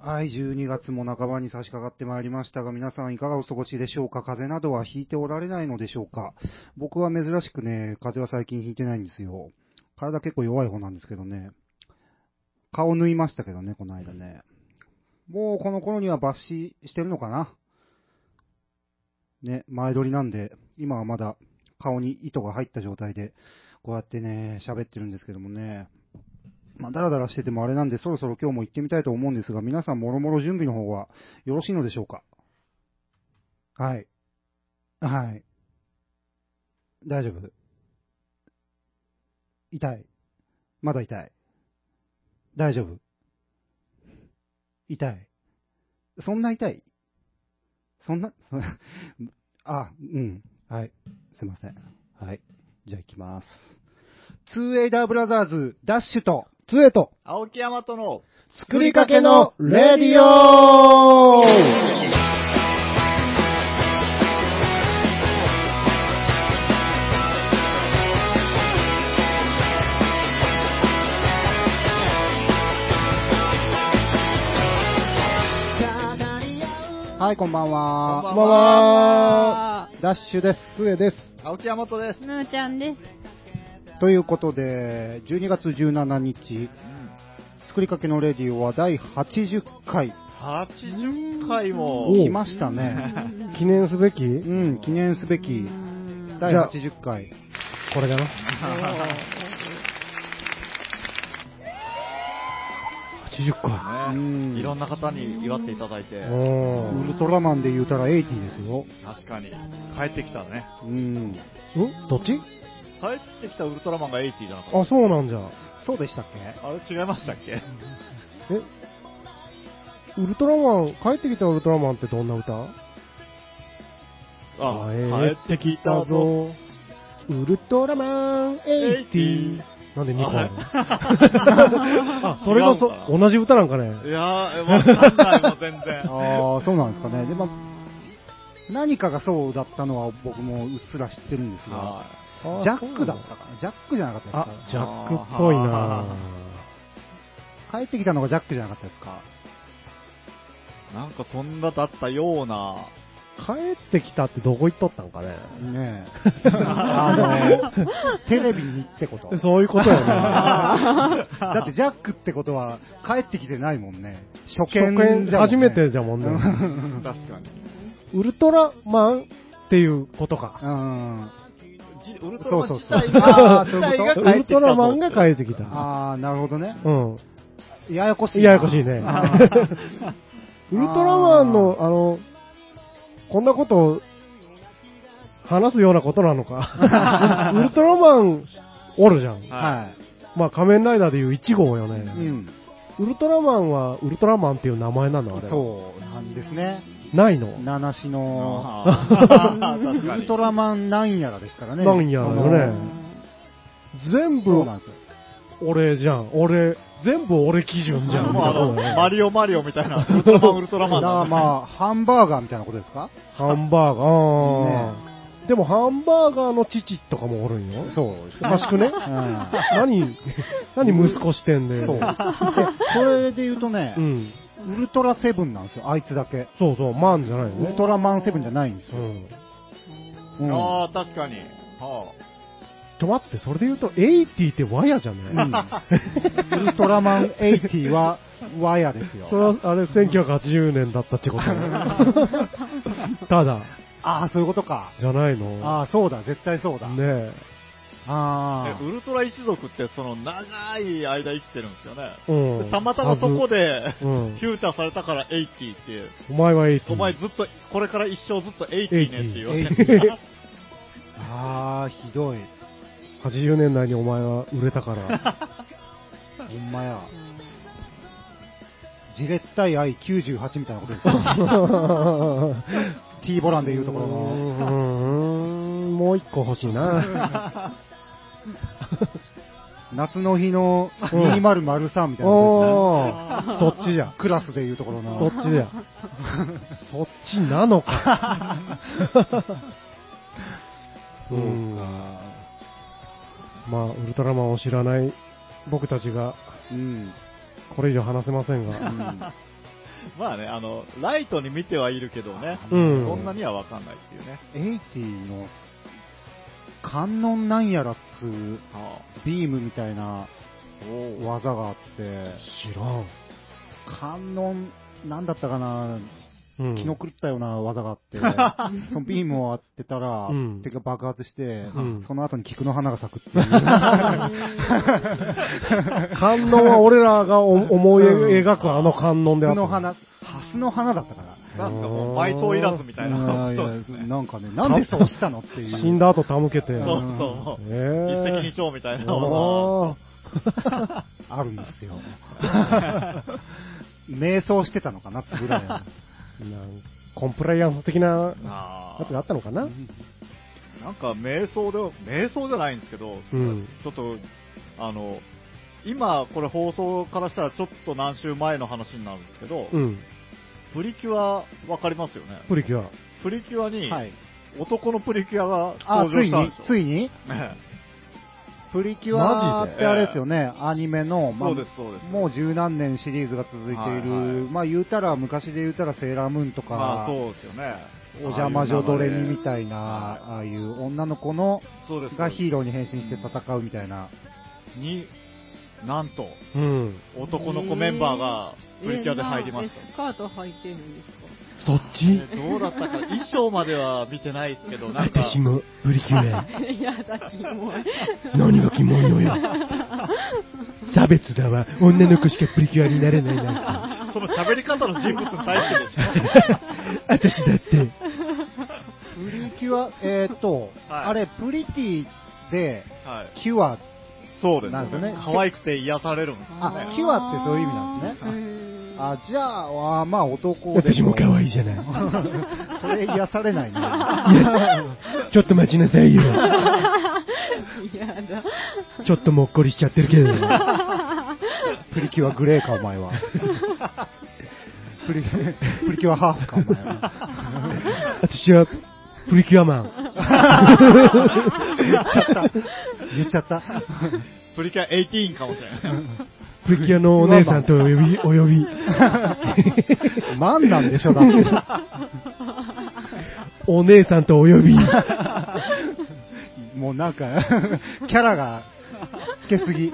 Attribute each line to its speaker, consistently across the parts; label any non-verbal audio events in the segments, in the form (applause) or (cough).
Speaker 1: はい、12月も半ばに差し掛かってまいりましたが、皆さんいかがお過ごしでしょうか風邪などはひいておられないのでしょうか僕は珍しくね、風邪は最近ひいてないんですよ。体結構弱い方なんですけどね。顔縫いましたけどね、この間ね。もうこの頃には抜歯してるのかなね、前撮りなんで、今はまだ顔に糸が入った状態で、こうやってね、喋ってるんですけどもね。まあ、だらだらしててもあれなんで、そろそろ今日も行ってみたいと思うんですが、皆さんもろもろ準備の方はよろしいのでしょうかはい。はい。大丈夫痛い。まだ痛い。大丈夫痛い。そんな痛いそんな、 (laughs) そんなあ、うん。はい。すいません。はい。じゃあ行きます。ツーエイダーブラザーズ、ダッシュと、ツーエと、
Speaker 2: 青木山との
Speaker 1: 作りかけのレディオはい、こんばんは。
Speaker 2: こんばんは
Speaker 1: ダッシュです。つえです。
Speaker 2: 青木山とです。
Speaker 3: むーちゃんです。
Speaker 1: ということで、12月17日、作りかけのレディオは第80回、
Speaker 2: 80回
Speaker 4: お
Speaker 2: も
Speaker 4: う
Speaker 1: 来ました
Speaker 4: (laughs)
Speaker 1: ね。
Speaker 4: 記念すべき
Speaker 1: うん、記念すべき、第
Speaker 4: じゃあ
Speaker 1: 80回。
Speaker 4: これだな。80回。
Speaker 2: ね
Speaker 1: うん
Speaker 2: (laughs) いろんな方に祝っていただいて、
Speaker 4: お
Speaker 1: ウ
Speaker 4: ー
Speaker 1: ルトラマンで言うたら80ですよ。
Speaker 2: 確かに帰ってきたね。
Speaker 1: うん。
Speaker 4: んどっち
Speaker 2: 帰ってきたウルトラマンが80じゃなかっ
Speaker 4: あ、そうなんじゃ。
Speaker 1: そうでしたっ
Speaker 4: (laughs)
Speaker 1: け
Speaker 2: た。あれ違いましたっけ
Speaker 4: えウルトラマン、帰ってきたウルトラマンってどんな歌
Speaker 2: あ、帰ってきた
Speaker 4: だ
Speaker 2: ぞ。
Speaker 4: ぞ。ウルトラマン80。なんで2個ある
Speaker 2: (laughs)
Speaker 4: のあ、 (laughs) それがそ
Speaker 2: 違うのか、な
Speaker 4: 同じ歌なんかね。
Speaker 2: いやー、わかんないもん、全然。
Speaker 1: (laughs) ああ、そうなんですかね。で、まあ、何かがそうだったのは僕もうっすら知ってるんですが、
Speaker 2: は
Speaker 1: ジャックだったかなジャックじゃなかったです
Speaker 4: あ
Speaker 1: か、
Speaker 4: ジャックっぽいな
Speaker 2: あ
Speaker 1: 帰ってきたのがジャックじゃなかったです
Speaker 4: (laughs)
Speaker 1: か
Speaker 2: いなんかそんなだったような、
Speaker 4: 帰ってきたってどこ行っとったんかね。
Speaker 1: ねえ。
Speaker 4: (laughs)
Speaker 1: あの、テレビにってこと。
Speaker 4: そういうこと (laughs) やね。
Speaker 1: (laughs) だってジャックってことは帰ってきてないもんね。初見じゃもんね
Speaker 4: 初め
Speaker 1: (laughs)
Speaker 4: てじゃもんね。
Speaker 2: (laughs) 確かに。
Speaker 4: ウルトラマンっていうことか。
Speaker 1: うん。
Speaker 2: じウルトラマン自
Speaker 1: そう
Speaker 2: 体
Speaker 1: そうそうあー (laughs)
Speaker 2: が、
Speaker 1: そうい
Speaker 2: 自
Speaker 1: うこ
Speaker 2: 体
Speaker 1: と
Speaker 2: が帰
Speaker 4: ウ
Speaker 2: ってき
Speaker 4: ル
Speaker 2: たぞ
Speaker 4: トラマンが帰ってきた。
Speaker 1: ああ、なるほどね。
Speaker 4: うん。
Speaker 1: ややこしいな。
Speaker 4: ややこしいね
Speaker 1: あ
Speaker 4: (laughs)
Speaker 1: ー。
Speaker 4: ウルトラマンの、あの、こんなことを話すようなことな
Speaker 1: (laughs)
Speaker 4: のか。ウルトラマンおるじゃん。
Speaker 2: は
Speaker 1: は
Speaker 4: まあ仮面ライダーでいう1号
Speaker 1: い。
Speaker 4: よ
Speaker 1: う
Speaker 4: ね。
Speaker 1: ん。
Speaker 4: ウルトラマンはウルトラマンっていう名前なのあれ。
Speaker 1: そうなんですね。
Speaker 4: う。ないの
Speaker 1: 七し
Speaker 2: い。
Speaker 1: の、
Speaker 2: あー
Speaker 1: ウ
Speaker 2: 確か
Speaker 1: ル
Speaker 2: に
Speaker 1: トラマンなんやらですからね。
Speaker 4: なんやらよね全
Speaker 1: その。そう
Speaker 4: 部
Speaker 1: なんですよ。
Speaker 4: 俺じゃん。俺、全部俺基
Speaker 1: (laughs)
Speaker 4: 準じゃん。
Speaker 2: もうあの、マリオマリオみたいな、ウルトラマン、ウルトラマン
Speaker 1: だから
Speaker 2: だ。
Speaker 1: まあ、ハンバーガーみたいなことですか
Speaker 4: ハンバーガー。あーでもハンバーガーの父とかもおるんよ。
Speaker 1: そう。
Speaker 4: おかしくね何、何息子してんだよ。
Speaker 1: そう。で、それで言うとね
Speaker 4: う、ん。
Speaker 1: ウルトラセブンなんですよ、あいつだけ。
Speaker 4: そうそう、マンじゃないよ
Speaker 1: ウル
Speaker 4: ね。
Speaker 1: トラマンセブンじゃないんです
Speaker 4: う
Speaker 1: よ。
Speaker 4: ん。
Speaker 1: うん
Speaker 2: ああ、確かに。は
Speaker 4: ちょ、待って、それで言うと、80ってワヤじゃ
Speaker 1: う
Speaker 4: ない、
Speaker 1: んウルトラマン80は、ワヤですよ
Speaker 4: そ。れは、あれ、1980年だったってこと
Speaker 1: (laughs)
Speaker 4: ただ、
Speaker 1: ああ、そういうことか。
Speaker 4: じゃないの
Speaker 1: ああ、そうだ、絶対そうだ。
Speaker 4: ね
Speaker 2: あ
Speaker 1: あ
Speaker 2: えウルトラ一族って、その長い間生きてるんですよね。
Speaker 4: え。うん。
Speaker 2: でたまたまそこで、
Speaker 4: はず。うん
Speaker 2: フ。ューチャーされたから80って、
Speaker 4: お前は80。
Speaker 2: お前ずっと、これから一生ずっと80ねって言われて
Speaker 4: 80
Speaker 2: る。
Speaker 1: あ、ああ、ひどい。
Speaker 4: 80年代にお前は売れた
Speaker 1: (laughs)
Speaker 4: から。
Speaker 1: ほんまや。ジレッタイ I98 みたいなことですよ。T ボランで言うところ
Speaker 4: う
Speaker 1: の。
Speaker 4: ーん、もう一個欲しいな。
Speaker 1: 夏の日の
Speaker 4: うん
Speaker 1: 2003みたいなこと
Speaker 4: おー、そっちじゃ
Speaker 1: ですね。。クラスで言うところ
Speaker 4: そ
Speaker 1: の。
Speaker 4: っちだよ。そっちなのか。。
Speaker 2: (laughs)
Speaker 1: そううんか
Speaker 4: まあ、ウルトラマンを知らない僕たちが、
Speaker 1: うん。
Speaker 4: これ以上話せませんが、
Speaker 2: (laughs) まあね、あの、ライトに見てはいるけどね、
Speaker 4: うん
Speaker 2: そんなにはわかんないっていう
Speaker 1: エ
Speaker 2: ね。
Speaker 1: イティの観音なんやらっつう
Speaker 2: は
Speaker 1: ビームみたいな
Speaker 2: あ、お
Speaker 1: 技があって、
Speaker 4: 知らん。
Speaker 1: 観音、なんだったかな、
Speaker 4: うん。
Speaker 1: 気の狂ったような技があ
Speaker 4: (laughs)
Speaker 1: って、そのビームを当てたら、
Speaker 4: うん
Speaker 1: 手が爆発して、
Speaker 4: ん
Speaker 1: その後に菊の花が咲くっていう。
Speaker 4: 観音は俺ら
Speaker 2: (laughs)
Speaker 4: がお思い描くあの観音で
Speaker 1: 菊
Speaker 4: あった。
Speaker 1: の花、ハスの花だったかな。
Speaker 2: なんかもう、埋葬いらずみたいな。
Speaker 1: い
Speaker 2: そ
Speaker 1: や
Speaker 2: う
Speaker 1: い
Speaker 2: です
Speaker 1: や
Speaker 2: ね。
Speaker 1: なんかね、なんでそうしたのっていう。
Speaker 4: 死んだ後手向けて。
Speaker 2: そうそう。
Speaker 4: え
Speaker 2: 一石
Speaker 4: え
Speaker 2: 二鳥みたいなの
Speaker 4: おー
Speaker 2: (laughs)
Speaker 1: あるんですよ。 (laughs) 瞑想してたのかなってぐらいの。
Speaker 4: なんコンプライアンス的な
Speaker 2: が。あ
Speaker 4: やつがあったのかな
Speaker 2: あ。なんか、瞑想で、瞑想じゃないんですけど、
Speaker 4: うん
Speaker 2: ちょっと、あの、今、これ放送からしたらちょっと何週前の話になるんですけど、
Speaker 4: うん。
Speaker 2: プリキュアわかりますよね。
Speaker 4: プリキュア。
Speaker 2: プリキュアに、
Speaker 1: はい。
Speaker 2: 男のプリキュアが
Speaker 1: あ、つ
Speaker 2: 登場
Speaker 1: いに
Speaker 2: したんですよ。
Speaker 1: ついに
Speaker 2: ね
Speaker 1: プリキュア
Speaker 4: マジで
Speaker 1: ってあれですよね、アニメの、まあ
Speaker 2: そうです、そうです。
Speaker 1: もう十何年シリーズが続いている、
Speaker 2: はいはい
Speaker 1: まあ言うたら、昔で言うたらセーラームーンとか、
Speaker 2: まあ、そうですよね。
Speaker 1: お邪魔女ドレミみたいな、
Speaker 2: は
Speaker 1: ああいう女の子の
Speaker 2: そうです。
Speaker 1: がヒーローに変身して戦うみたいな、
Speaker 2: に、なんと、
Speaker 4: うん。
Speaker 2: 男の子メンバーがプリキュアで入りまし
Speaker 3: えスカート履いてるんですか
Speaker 4: そっ
Speaker 2: た。ねどうだったか、衣装までは見てないです
Speaker 1: (laughs)
Speaker 2: けど、なんか、
Speaker 4: もプリキ
Speaker 5: (laughs)
Speaker 4: ュア。
Speaker 3: いやだ、キモい。
Speaker 4: 何がキモいのよ。差別だわ。女の子しかプリキュアになれないなん
Speaker 2: その喋り方の人物に対してです
Speaker 1: (laughs)
Speaker 2: ね。
Speaker 4: て。私だって。
Speaker 1: プリキュア、えーっと、
Speaker 2: はい
Speaker 1: あれ、プリティで
Speaker 2: はい。
Speaker 1: キュア、
Speaker 2: そうです。
Speaker 1: なんですよね
Speaker 2: 可愛くて癒されるんですよ
Speaker 1: あ
Speaker 2: ね。
Speaker 1: キュアってそういう意味なんですね。
Speaker 3: ね
Speaker 1: あじゃあ、あまあ男で
Speaker 5: 私も可愛いじゃない。
Speaker 1: (laughs) それ癒されないね。
Speaker 5: (laughs) ちょっと待ちなさ
Speaker 4: (laughs)
Speaker 5: いよ。
Speaker 3: いやだ。
Speaker 5: ちょっともっこりしちゃってるけど。あ
Speaker 1: プリキュアグレーか、お前は。
Speaker 2: (laughs)
Speaker 1: プリプリキュアハーフか、お前は。
Speaker 5: 私は、プリキュアマン。
Speaker 1: 言っちゃった。言っちゃった。
Speaker 2: プリキュア18かも
Speaker 1: (laughs)
Speaker 2: しれない。
Speaker 5: プリキュアのお姉さんとお呼び、お呼
Speaker 4: (laughs)
Speaker 5: び。
Speaker 1: マンなんでしょ、だって。
Speaker 5: お姉さんとお呼び。
Speaker 1: もうなんか、キャラがつけすぎ。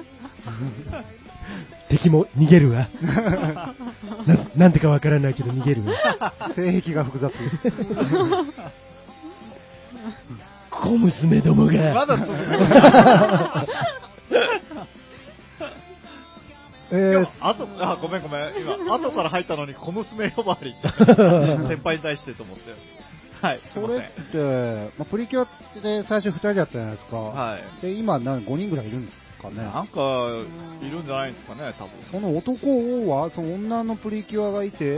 Speaker 5: 敵も逃げるわ。な、なんでかわからないけど逃げるわ。
Speaker 1: 性癖が複雑。
Speaker 5: 小娘ども
Speaker 2: ま
Speaker 5: が。
Speaker 1: (laughs)
Speaker 2: だ続く。
Speaker 1: えー、
Speaker 2: あと、あ、ごめんごめん。
Speaker 1: (laughs)
Speaker 2: 今、後から入ったのに小娘呼ばわりって。先輩に対してと思って。はい、すい
Speaker 1: そ
Speaker 2: ま
Speaker 1: れ
Speaker 2: せん。
Speaker 1: って、まあ、プリキュアって最初2人だったじゃないですか。
Speaker 2: はい。
Speaker 1: で、今何、5人ぐらいいるんですかね。
Speaker 2: なんか、いるんじゃないんですかね、多分。
Speaker 1: その男は、その女のプリキュアがいて、
Speaker 2: い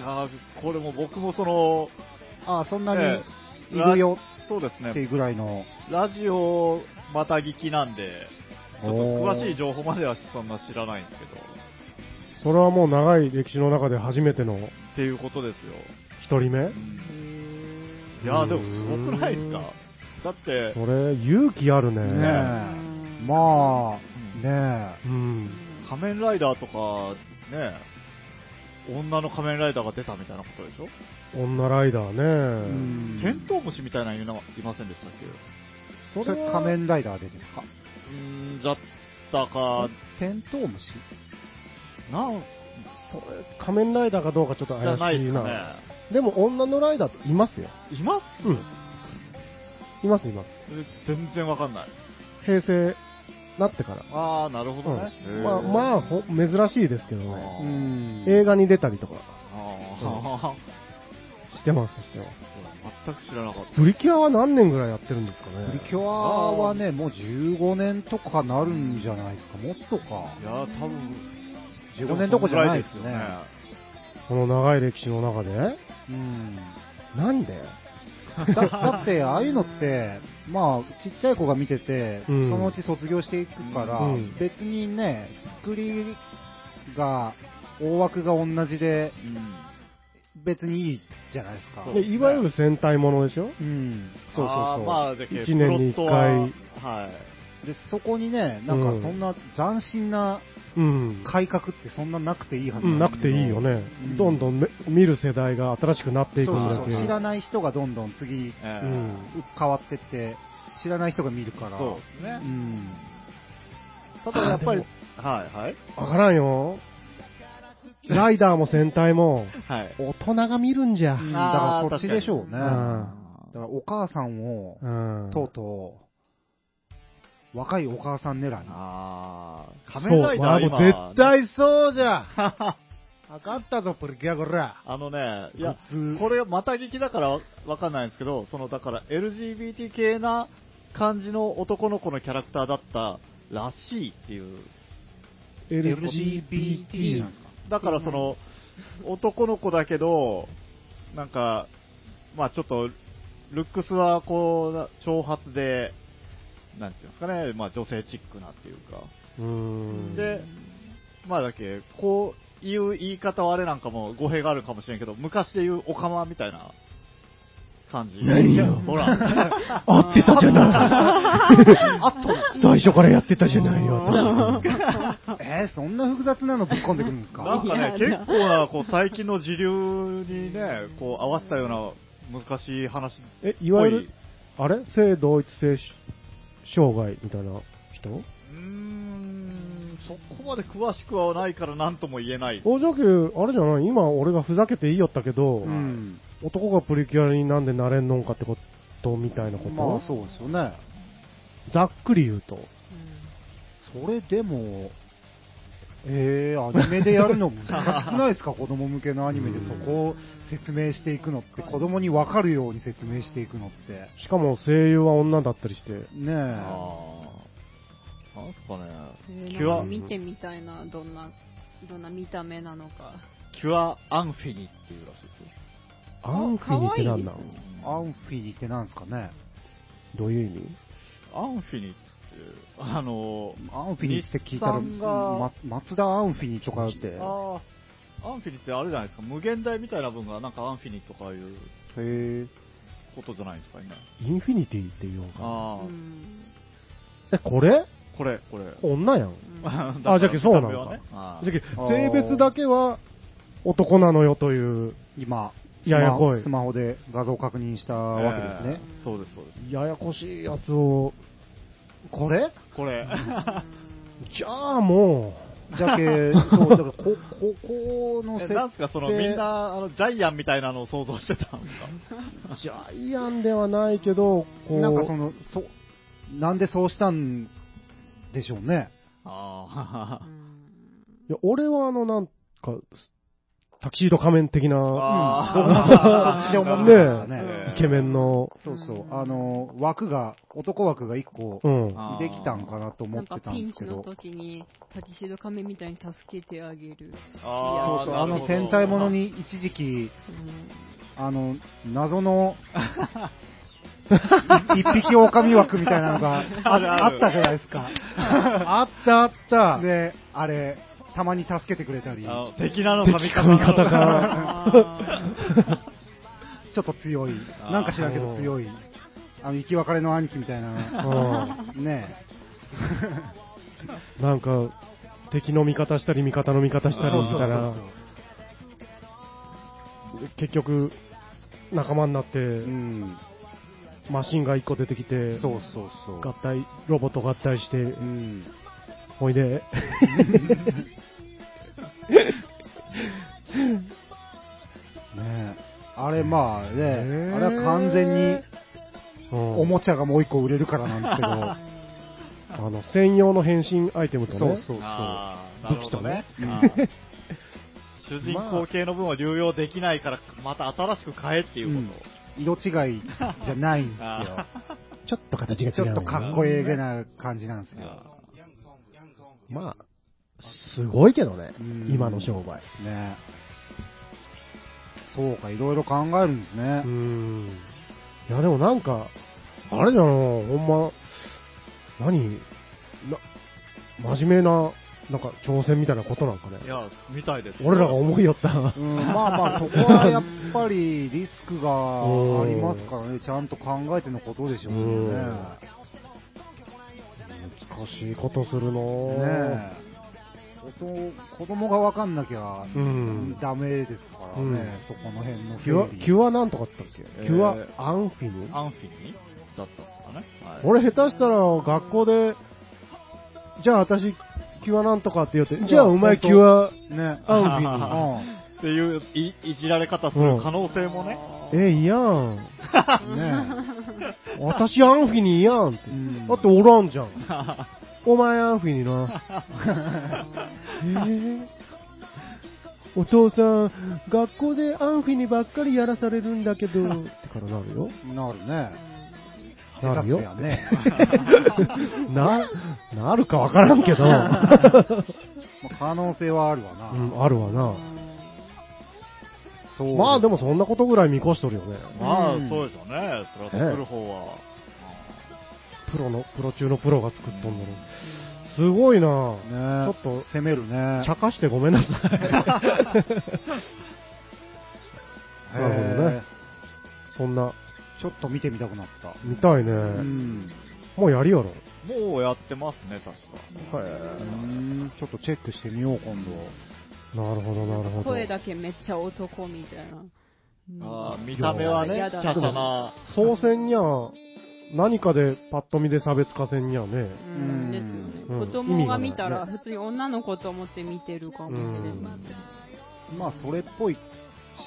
Speaker 2: やーこれも僕もその、
Speaker 1: ああ、そんな
Speaker 2: え
Speaker 1: にいるよ
Speaker 2: そうです
Speaker 1: ってい
Speaker 2: ね、
Speaker 1: うぐらいの。
Speaker 2: ラジオまた聞きなんで、ちょっと詳しい情報まではそんな知らないんですけど、っ
Speaker 4: それはもう長い歴史の中で初めての
Speaker 2: ていうことですよ。
Speaker 4: 一人目
Speaker 2: いやーでもすごくないですかだって、
Speaker 4: それ、勇気あるね。
Speaker 1: ねえ。まあ、ね
Speaker 4: うん。
Speaker 2: 仮面ライダーとか、ね、女の仮面ライダーが出たみたいなことでしょ、
Speaker 4: 女ライダ
Speaker 1: え。
Speaker 4: ー
Speaker 1: う
Speaker 4: ね。
Speaker 1: ん
Speaker 2: テントウムシみたいなのいないませんでしたっけ
Speaker 1: それ仮面ライダーでですか
Speaker 2: うーん、だったか、
Speaker 1: テントウムシ
Speaker 2: なん
Speaker 4: それ、仮面ライダーかどうかちょっと
Speaker 2: じゃ
Speaker 4: 怪
Speaker 2: ない
Speaker 4: し
Speaker 2: で
Speaker 4: い
Speaker 2: す
Speaker 4: な。
Speaker 2: かね。
Speaker 4: でも女のライダーっていますよ。
Speaker 2: います
Speaker 4: うん。います、います。
Speaker 2: 全然わかんない。
Speaker 4: 平成なってから。
Speaker 2: ああ、なるほどね。
Speaker 4: うん、まあ、まあ
Speaker 2: あ
Speaker 4: ほ、珍しいですけど
Speaker 2: あ
Speaker 4: ね。
Speaker 2: ー
Speaker 1: ん
Speaker 4: 映画に出たりとか
Speaker 2: あ
Speaker 4: してます、してます。
Speaker 2: ー、全く知らなかった。
Speaker 4: プリキュアは何年ぐらいやってるんですか
Speaker 1: プリ
Speaker 4: ね。
Speaker 1: キュアはね、もう15年とかなるんじゃないですか。もっとか
Speaker 2: い。やー、多分
Speaker 1: 15年どころじゃないですよね。
Speaker 4: この長い歴史の中で。
Speaker 1: うん。
Speaker 4: なんで
Speaker 1: だ (laughs) だって、ああいうのって、まあ、ちっちゃい子が見てて、
Speaker 4: うん
Speaker 1: そのうち卒業していくから、
Speaker 4: うん
Speaker 1: 別にね、作りが、大枠が同じで、
Speaker 2: うん。
Speaker 1: 別にいいじゃないですか。
Speaker 2: そう
Speaker 4: でいわゆる戦隊ものでしょ
Speaker 1: うん、そうそう
Speaker 2: あ
Speaker 1: そ
Speaker 2: ー
Speaker 1: う。
Speaker 2: まあ、だけど
Speaker 4: 一年に一回
Speaker 2: プロットははい。
Speaker 1: で、そこにね、なんかそんな斬新な
Speaker 4: うん。
Speaker 1: 改革ってそんななくていいはず
Speaker 4: うんなくていいよね。
Speaker 1: うん
Speaker 4: どんどんめ見る世代が新しくなって
Speaker 1: そう
Speaker 4: いく
Speaker 1: そ
Speaker 4: んだ
Speaker 1: う
Speaker 4: け
Speaker 1: そう知らない人がどんどん次
Speaker 2: え
Speaker 4: う
Speaker 2: え
Speaker 4: ん。
Speaker 1: 変わってって知らない人が見るから
Speaker 2: そうです
Speaker 1: う
Speaker 2: ね。
Speaker 1: ん
Speaker 2: ただやっぱり
Speaker 4: で、
Speaker 2: はいはい。
Speaker 4: わからんよ。ライダーも戦隊も、
Speaker 2: はい。
Speaker 4: 大人が見るんじゃ。
Speaker 1: うんだ
Speaker 2: あ
Speaker 1: か
Speaker 2: ー
Speaker 1: らそっちでしょうね
Speaker 2: 確
Speaker 1: だ
Speaker 4: か
Speaker 1: からお母さんを
Speaker 4: うん。
Speaker 1: とうとう若いお母さん狙い
Speaker 2: ああ、仮
Speaker 4: そう、
Speaker 2: 面ライダ
Speaker 4: わ
Speaker 2: ー
Speaker 4: もう
Speaker 2: 今、
Speaker 4: 絶対そうじゃ。 (laughs) わかったぞ、プリキュアゴラ。
Speaker 2: あのね、いや、
Speaker 1: グッズ
Speaker 2: これまた劇だからわわかんないんですけど、そのだから LGBT 系な感じの男の子のキャラクターだったらしいっていう。
Speaker 1: LGBT なんですか
Speaker 4: (laughs)
Speaker 2: だからその、男の子だけど、なんか、まあちょっと、ルックスはこう、挑発で、なんていうんですかね、まあ女性チックなっていうか。
Speaker 4: うん。
Speaker 2: でまあだっけ、こういう言い方はあれなんかも語弊があるかもしれんけど、昔で言うオカマみたいな感じ。
Speaker 5: 何よ
Speaker 2: ほら、
Speaker 5: (laughs) 合ってたじゃない。
Speaker 2: あっとる
Speaker 5: 最初からやってたじゃないよ、
Speaker 1: えー、そんな複雑なのぶっ込んでくるんです
Speaker 2: なん
Speaker 1: か
Speaker 2: かね、
Speaker 3: いや
Speaker 2: 結構な、こう、最近の時流にね、こう、合わせたような難しい話っ
Speaker 4: え、い
Speaker 2: ぽ
Speaker 4: わ
Speaker 2: い。
Speaker 4: ゆる、あれ性同一性し障害みたいな人
Speaker 2: うーん、そこまで詳しくはないから何とも言えない。
Speaker 4: おじゃけ、あれじゃない今俺がふざけていいよったけど、
Speaker 1: (laughs) うん
Speaker 4: 男がプリキュアになんでなれんのんかってことみたいなこと、
Speaker 1: まあそうですよね
Speaker 4: ざっくり言うと。
Speaker 1: それでもえー、アニメでやる
Speaker 2: (laughs)
Speaker 1: の難しくないですか子供向けのアニメでそこを説明していくのって子供に分かるように説明していくのって
Speaker 4: しかも声優は女だったりして。
Speaker 1: ねえ
Speaker 2: あーなんすかね、
Speaker 3: うん
Speaker 2: キ
Speaker 3: えー
Speaker 2: ュ
Speaker 3: なん
Speaker 2: ア
Speaker 3: か、見てみたいな、どんな、どんな見た目なのか。
Speaker 2: キュアアンフィニっていうらしいですよ。
Speaker 4: アンフィニってな
Speaker 3: かわ
Speaker 4: んだ
Speaker 3: いいですね
Speaker 1: アンフィニってなんですかね
Speaker 4: どういう意味
Speaker 2: アンフィニって、あの、
Speaker 1: アンフィニって聞いたら、
Speaker 2: 日産が
Speaker 1: ま、松田アンフィニとかって、へ
Speaker 2: ああ、アンフィニってあれじゃないですか、無限大みたいな分がなんかアンフィニとかいう
Speaker 1: え
Speaker 2: ことじゃないですか、今。
Speaker 4: インフィニティって言うんか。
Speaker 2: ああ、
Speaker 3: うん
Speaker 4: え、これ
Speaker 2: これ、これ。
Speaker 4: (laughs) 女やん。
Speaker 3: うん
Speaker 2: あ
Speaker 4: じゃけそうなんだ
Speaker 2: あー
Speaker 4: じゃけ
Speaker 1: あ
Speaker 4: 性
Speaker 1: ー
Speaker 4: 別だけは男なのよという、
Speaker 1: 今ス
Speaker 4: や
Speaker 1: マ
Speaker 4: やこい
Speaker 1: スマホで画像確認したわけですね。
Speaker 2: えーそうです、そうです。
Speaker 4: ややこしいやつを、
Speaker 1: これ
Speaker 2: これ。
Speaker 4: じゃあも
Speaker 1: じゃけ、そう、だからこ、ここの
Speaker 2: (laughs) え
Speaker 1: 設
Speaker 2: なんすか、そのみん
Speaker 1: 定、
Speaker 2: なあのジャイアンみたいなのを想像してたんですか
Speaker 4: う、ジャイアンではないけど、こう、
Speaker 1: なんかその、そ、なんでそうしたんでしょうね。
Speaker 2: あ
Speaker 3: う
Speaker 2: ー
Speaker 3: ん
Speaker 4: いや俺はあの、なんか、タキシード仮面的な
Speaker 2: あ
Speaker 1: そっ
Speaker 2: ー。
Speaker 1: ちで思
Speaker 4: ってて
Speaker 2: まし
Speaker 4: ましたた
Speaker 1: ね
Speaker 4: イケメンの、
Speaker 1: そうそう、あの、枠が、男枠が一個
Speaker 4: うん。
Speaker 2: あー
Speaker 1: できたんかなと思
Speaker 3: な
Speaker 1: っ
Speaker 3: んか
Speaker 1: てたん
Speaker 3: ピ
Speaker 1: で
Speaker 3: ン
Speaker 1: すけ
Speaker 3: チの
Speaker 1: ど。
Speaker 3: 時に、タキシード仮面みたいに助けてあげる。
Speaker 2: あ
Speaker 1: そう
Speaker 2: ー
Speaker 1: そう、
Speaker 2: な
Speaker 1: あ
Speaker 2: るほ
Speaker 1: の
Speaker 2: ど
Speaker 1: 戦隊ものに一時期、
Speaker 3: うん
Speaker 1: あの、謎
Speaker 2: (laughs)
Speaker 1: の、い一匹狼枠みたいなのがあ
Speaker 2: あるあ
Speaker 1: あ
Speaker 2: る
Speaker 1: ったじゃないです
Speaker 2: (laughs)
Speaker 1: か。
Speaker 4: あったあった
Speaker 1: で、あれ、たまに助けてくれたり、ち
Speaker 2: あ
Speaker 1: ょ
Speaker 2: の敵なのか味方なの
Speaker 4: 敵か味方か
Speaker 3: あ
Speaker 1: っと強い、
Speaker 2: あー
Speaker 1: なんか知らんけど強い、あの、生き別れの兄貴みたいな、ね
Speaker 4: なんか、敵の味方したり、味方の味方したりみたいな、結局、仲間になって、
Speaker 1: え。うん。
Speaker 4: マシンが1個出てきて、
Speaker 1: そうそうそ
Speaker 4: 合
Speaker 1: う。
Speaker 4: 体、ロボット合体して、
Speaker 1: うん。
Speaker 4: ほいで、
Speaker 1: ねえ。あれ、まあね、
Speaker 4: ー
Speaker 1: あれは完全に、 (laughs) お
Speaker 4: うん
Speaker 1: もちゃがもう一個売れるからなんで
Speaker 4: あの専用の変身アイテム
Speaker 1: すけ
Speaker 4: と (laughs) ね、
Speaker 1: ど、そうそうそう。
Speaker 2: あーなるほどね。
Speaker 1: 武器とね
Speaker 2: あー主人公系の分を流用できないから、また新しく買えっていうこ
Speaker 1: 色違いじゃないんです
Speaker 2: と。あ
Speaker 1: よ。
Speaker 5: ちょっと形が違う。
Speaker 1: ちょっとかっこええげな感じなんです
Speaker 2: ー
Speaker 1: よ。
Speaker 2: あ
Speaker 5: まあ、すごいけどね
Speaker 1: うん、
Speaker 5: 今の商売。
Speaker 1: ねそうか、いろいろ考えるんですね
Speaker 4: うー。ん、いや、でもなんか、あれじゃな、ほんま、何、な真面目な、なんか挑戦みたいなことなんか
Speaker 2: ーい
Speaker 4: ね、
Speaker 2: や、みたいです。
Speaker 4: 俺らが思いよった
Speaker 1: う。ん、まあまあ、そこはやっぱりリスクがありますからね、ちゃんと考えてのことでしょうね。
Speaker 4: うん
Speaker 1: ね
Speaker 4: 難しいことするの
Speaker 1: え音子供が分かんなきゃ
Speaker 4: うん
Speaker 1: ダメですからね、
Speaker 4: うん
Speaker 1: そこの辺の
Speaker 4: キュア、
Speaker 1: 整理
Speaker 4: キュアなんとかって言ったっけ、
Speaker 2: えー
Speaker 4: キュアアンフィム
Speaker 2: アンフィニだったのかね。はい、
Speaker 4: 俺下手したら学校で、じゃあ私、キュアなんとかって言って、じゃあお前キュア
Speaker 1: ね
Speaker 4: アンフ
Speaker 1: う
Speaker 4: ィム。
Speaker 1: ん
Speaker 2: っていうい、いじられ方する可能性もね。
Speaker 4: え、いやん。
Speaker 1: ね
Speaker 4: 私アンフィニーやんって。
Speaker 1: うん
Speaker 4: だっておら
Speaker 1: (laughs)
Speaker 4: んじゃん。お前アンフィニーな。えーお父さん、学校でアンフィニーばっかりやらされるんだけど、ってからなるよ。
Speaker 1: なるね。
Speaker 4: なるよ
Speaker 1: (laughs) 下手すりゃね。
Speaker 4: (laughs) な、なるかわからん
Speaker 1: (laughs)
Speaker 4: けど、
Speaker 1: まあ可能性はあるわ
Speaker 4: う
Speaker 1: な。
Speaker 4: ん、あるわな。
Speaker 1: そう。
Speaker 4: まあでもそんなことぐらい見越しとるよね。
Speaker 2: まあ、
Speaker 1: うん
Speaker 2: そうでしょうね。それは作る方は。
Speaker 4: プロの、プロ中のプロが作っとんだろう。すごいな
Speaker 1: ね、
Speaker 4: ちょっと
Speaker 1: 攻めるね。
Speaker 4: ちゃかしてごめんなさい。
Speaker 1: へー
Speaker 4: なるほどねそんな、
Speaker 1: ちょっと見てみたくなった。
Speaker 4: 見たいね。
Speaker 1: うん。
Speaker 4: もうやりやろ。
Speaker 2: もうやってますね、確
Speaker 1: う
Speaker 2: か。
Speaker 1: んちょっとチェックしてみよう、今度。
Speaker 4: なるほど、なるほど。
Speaker 3: 声だけめっちゃ男みたいな。
Speaker 2: あー見た目はね、
Speaker 3: い
Speaker 2: キ
Speaker 3: や
Speaker 2: ャ
Speaker 3: だ
Speaker 2: シャな。
Speaker 4: 総選にゃ、何かでパッと見で差別化せんにゃね。
Speaker 3: うんですよね、
Speaker 4: う
Speaker 3: 子
Speaker 4: ん
Speaker 3: 供が見たら普通に女の子と思って見てるかもしれない、
Speaker 1: まあ、それっぽい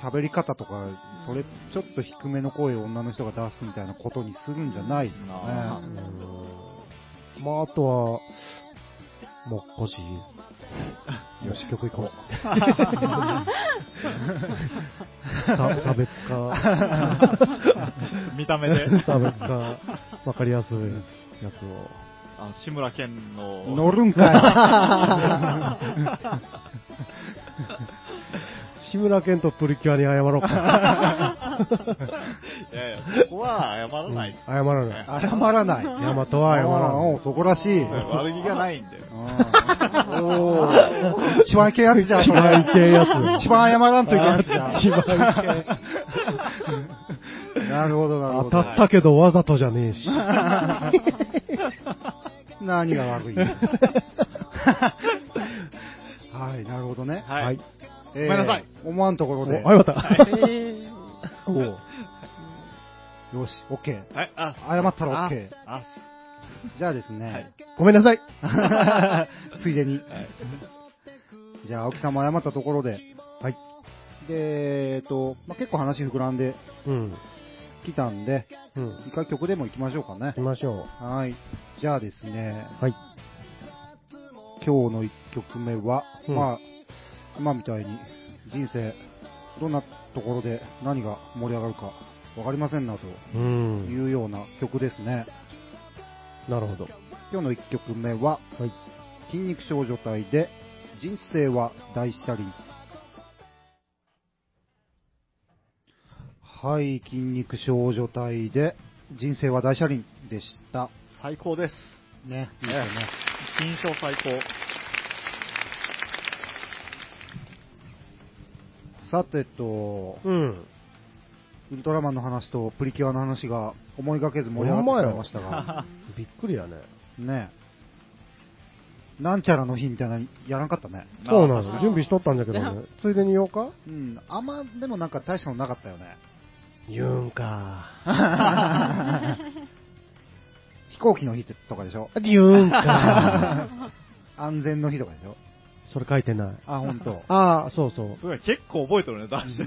Speaker 1: 喋り方とか、それ、ちょっと低めの声を女の人が出すみたいなことにするんじゃないですか
Speaker 2: あ
Speaker 1: ね。
Speaker 4: うんまあ、あとは、もっこし。よし、曲行こう。さ差別化、
Speaker 2: 見た目
Speaker 4: (laughs)
Speaker 2: で。
Speaker 4: 差別化、わかりやすいやつを。
Speaker 2: あ志村けんの。
Speaker 1: 乗るんか
Speaker 4: 志村けんとプリキュアに謝ろうか。
Speaker 2: いやいや、ここは謝らない。
Speaker 4: 謝らない。
Speaker 1: い謝らない。
Speaker 4: ヤマトは謝ら
Speaker 1: あー
Speaker 4: ない
Speaker 1: お。男らしい。
Speaker 2: 悪気がないんで。
Speaker 1: うんおー一番いけやつじゃん、
Speaker 4: 一
Speaker 1: それ
Speaker 4: 番いけえやつ。
Speaker 1: 一番謝らんといけないやつじゃん。
Speaker 4: 一番いけ
Speaker 1: なるほど、なる
Speaker 4: 当
Speaker 1: ほ
Speaker 4: た
Speaker 1: ど。
Speaker 4: (laughs) ったけどわざとじゃねえし。
Speaker 1: 何が悪いはい、なるほどね。
Speaker 2: は
Speaker 4: はいい。
Speaker 1: えー
Speaker 2: ごめんなさい。
Speaker 1: 思わんところ
Speaker 4: お
Speaker 1: で。
Speaker 4: あ、よかった。
Speaker 3: え
Speaker 4: お
Speaker 1: よし、OK。
Speaker 2: はい、あ、
Speaker 1: 謝ったら
Speaker 2: あ
Speaker 1: OK。
Speaker 2: あ、
Speaker 1: じゃあですね、
Speaker 4: ごめんなさい。
Speaker 1: (laughs) ついでに。じゃあ、青木さんも謝ったところで。はい。で、えっと、まあ、結構話膨らんで
Speaker 4: うん。
Speaker 1: きたんで、
Speaker 4: うん。
Speaker 1: 一回曲でも行きましょうかね
Speaker 4: 行き。ましょ
Speaker 1: はい。じゃあですね、
Speaker 4: う。はい。
Speaker 1: 今日の1曲目は、
Speaker 4: うん
Speaker 1: まあ、今みたいに人生、どんなところで何が盛り上がるか分かりませんなと
Speaker 4: うん。
Speaker 1: いうような曲ですね。
Speaker 4: なるほど。
Speaker 1: 今日の1曲目は、
Speaker 4: はい。
Speaker 1: 筋肉少女隊で、人生は大車輪。はい、筋肉少女隊で、人生は大車輪でした。
Speaker 2: 最高です。
Speaker 1: ね、いいですよね。
Speaker 2: 金賞最高。
Speaker 1: さてと、
Speaker 4: うん。
Speaker 1: ウルトラマンの話とプリキュアの話が思いがけず盛り上がってしまいました (laughs) が、
Speaker 4: びっくりやね。
Speaker 1: ねえなんちゃらの日みたいなのやらんかったね。
Speaker 4: そうなの。
Speaker 3: あ
Speaker 4: 準備しとったんだけどね。ついでに言おうか
Speaker 1: うん、あんまでもなんか大したのなかったよね。
Speaker 4: 言うんか。
Speaker 1: 飛行機の日とかでしょ
Speaker 4: 言うんか。
Speaker 1: 安全の日とかでしょ
Speaker 4: (laughs) それ書いてない。
Speaker 1: あ、ほんと。
Speaker 4: ああ、そうそう。
Speaker 2: すごい、結構覚えてるね、出して。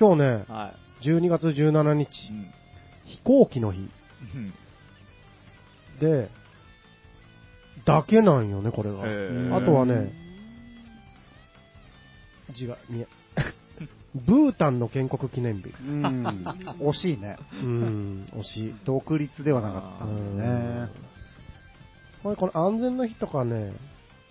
Speaker 4: 今日ね、
Speaker 2: は
Speaker 4: 12月17日、
Speaker 2: い。うん
Speaker 4: 飛行機の日
Speaker 2: うん
Speaker 4: で、だけなんよね、これが。
Speaker 2: えー
Speaker 4: あとはね、字が見え (laughs) ブータンの建国記念日。
Speaker 1: うん、惜しいね。
Speaker 4: うん、惜しい。
Speaker 1: 独立ではなかったんですね。
Speaker 4: これ、この安全の日とかね、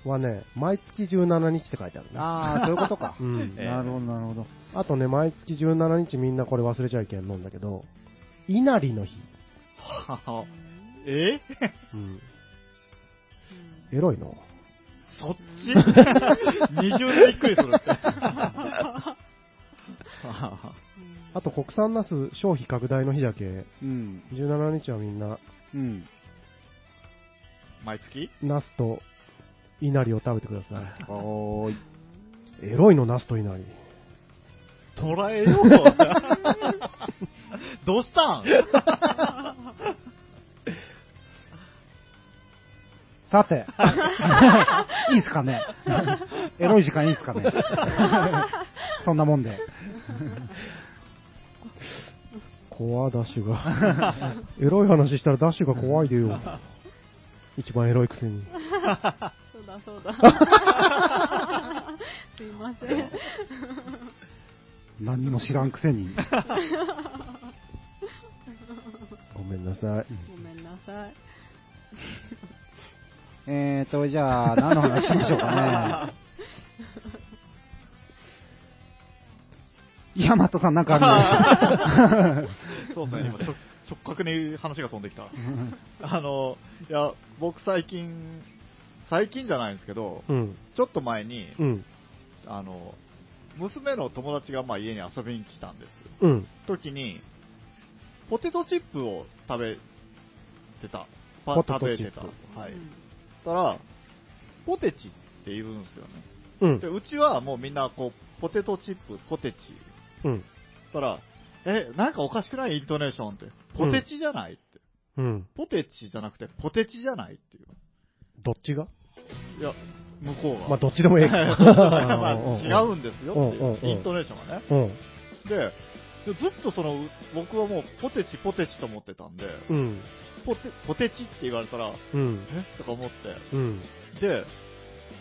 Speaker 4: はね、毎月17日って書いてあるね。
Speaker 1: ああ、そういうことか
Speaker 4: (laughs) う。ん
Speaker 2: え。
Speaker 1: なるほど、なるほど。
Speaker 4: あとね、毎月17日みんなこれ忘れちゃいけんのんだけど、稲荷の日。
Speaker 2: はは (laughs) え
Speaker 4: うん。エロいの
Speaker 2: そっち (laughs) 二重でびっくりする
Speaker 4: (laughs)
Speaker 2: って。
Speaker 4: あと、国産ナス消費拡大の日だけ、
Speaker 1: うん、
Speaker 4: 17日はみんな、
Speaker 1: うん。
Speaker 2: 毎月
Speaker 4: ナスと稲荷を食べてくださ
Speaker 1: おーい。
Speaker 4: い。エロいの、ナスと稲荷。
Speaker 2: 捉えよう。どうしたん
Speaker 1: さて、いいっすかね。 (laughs) エロい時間いいっすかね。そんなもんで。
Speaker 4: 怖いダッシュが。エロい話したらダッシュが怖いでよ。一番エロいくせに。
Speaker 3: そうだそうだ。すいません。
Speaker 1: 何にも知らんくせに。
Speaker 4: ごめんなさい。
Speaker 3: ごめんなさい。
Speaker 1: えーと、じゃあ、何の話しましょうかね。ヤマトさんなんかあるんです
Speaker 2: そうですね、今直直角に話が飛んできた。あの、いや、僕最近、最近じゃないんですけど、
Speaker 4: うん。
Speaker 2: ちょっと前に、
Speaker 4: うん。
Speaker 2: あの、娘の友達がまあ家に遊びに来たんです。
Speaker 4: うん。
Speaker 2: 時に、ポテトチップを食べてた。パ
Speaker 4: ポテ
Speaker 2: 食
Speaker 4: ト
Speaker 2: べ
Speaker 4: チ
Speaker 2: て
Speaker 4: ップ
Speaker 2: た。はい。
Speaker 3: うん
Speaker 2: たら、ポテチって言うんですよね。
Speaker 4: うん
Speaker 2: で、。うちはもうみんなこう、ポテトチップ、ポテチ。
Speaker 4: うん。
Speaker 2: たら、え、なんかおかしくないイントネーションって。ポテチじゃないって。
Speaker 4: うん。
Speaker 2: ポテチじゃなくて、ポテチじゃないっていう。
Speaker 4: どっちが
Speaker 2: いや、向こうが。(laughs)
Speaker 4: まあ、どっちでもええけど。
Speaker 2: まあ違
Speaker 4: う
Speaker 2: うんですよって
Speaker 4: うんうん
Speaker 2: いうう、
Speaker 4: ん
Speaker 2: イントネーションがね。
Speaker 4: ん。うん。
Speaker 2: で、でずっとその、僕はもうポテチポテチと思ってたんで、
Speaker 4: うん。
Speaker 2: ポテポテチって言われたら、
Speaker 4: うん。
Speaker 2: えとか思って。
Speaker 4: うん。
Speaker 2: で、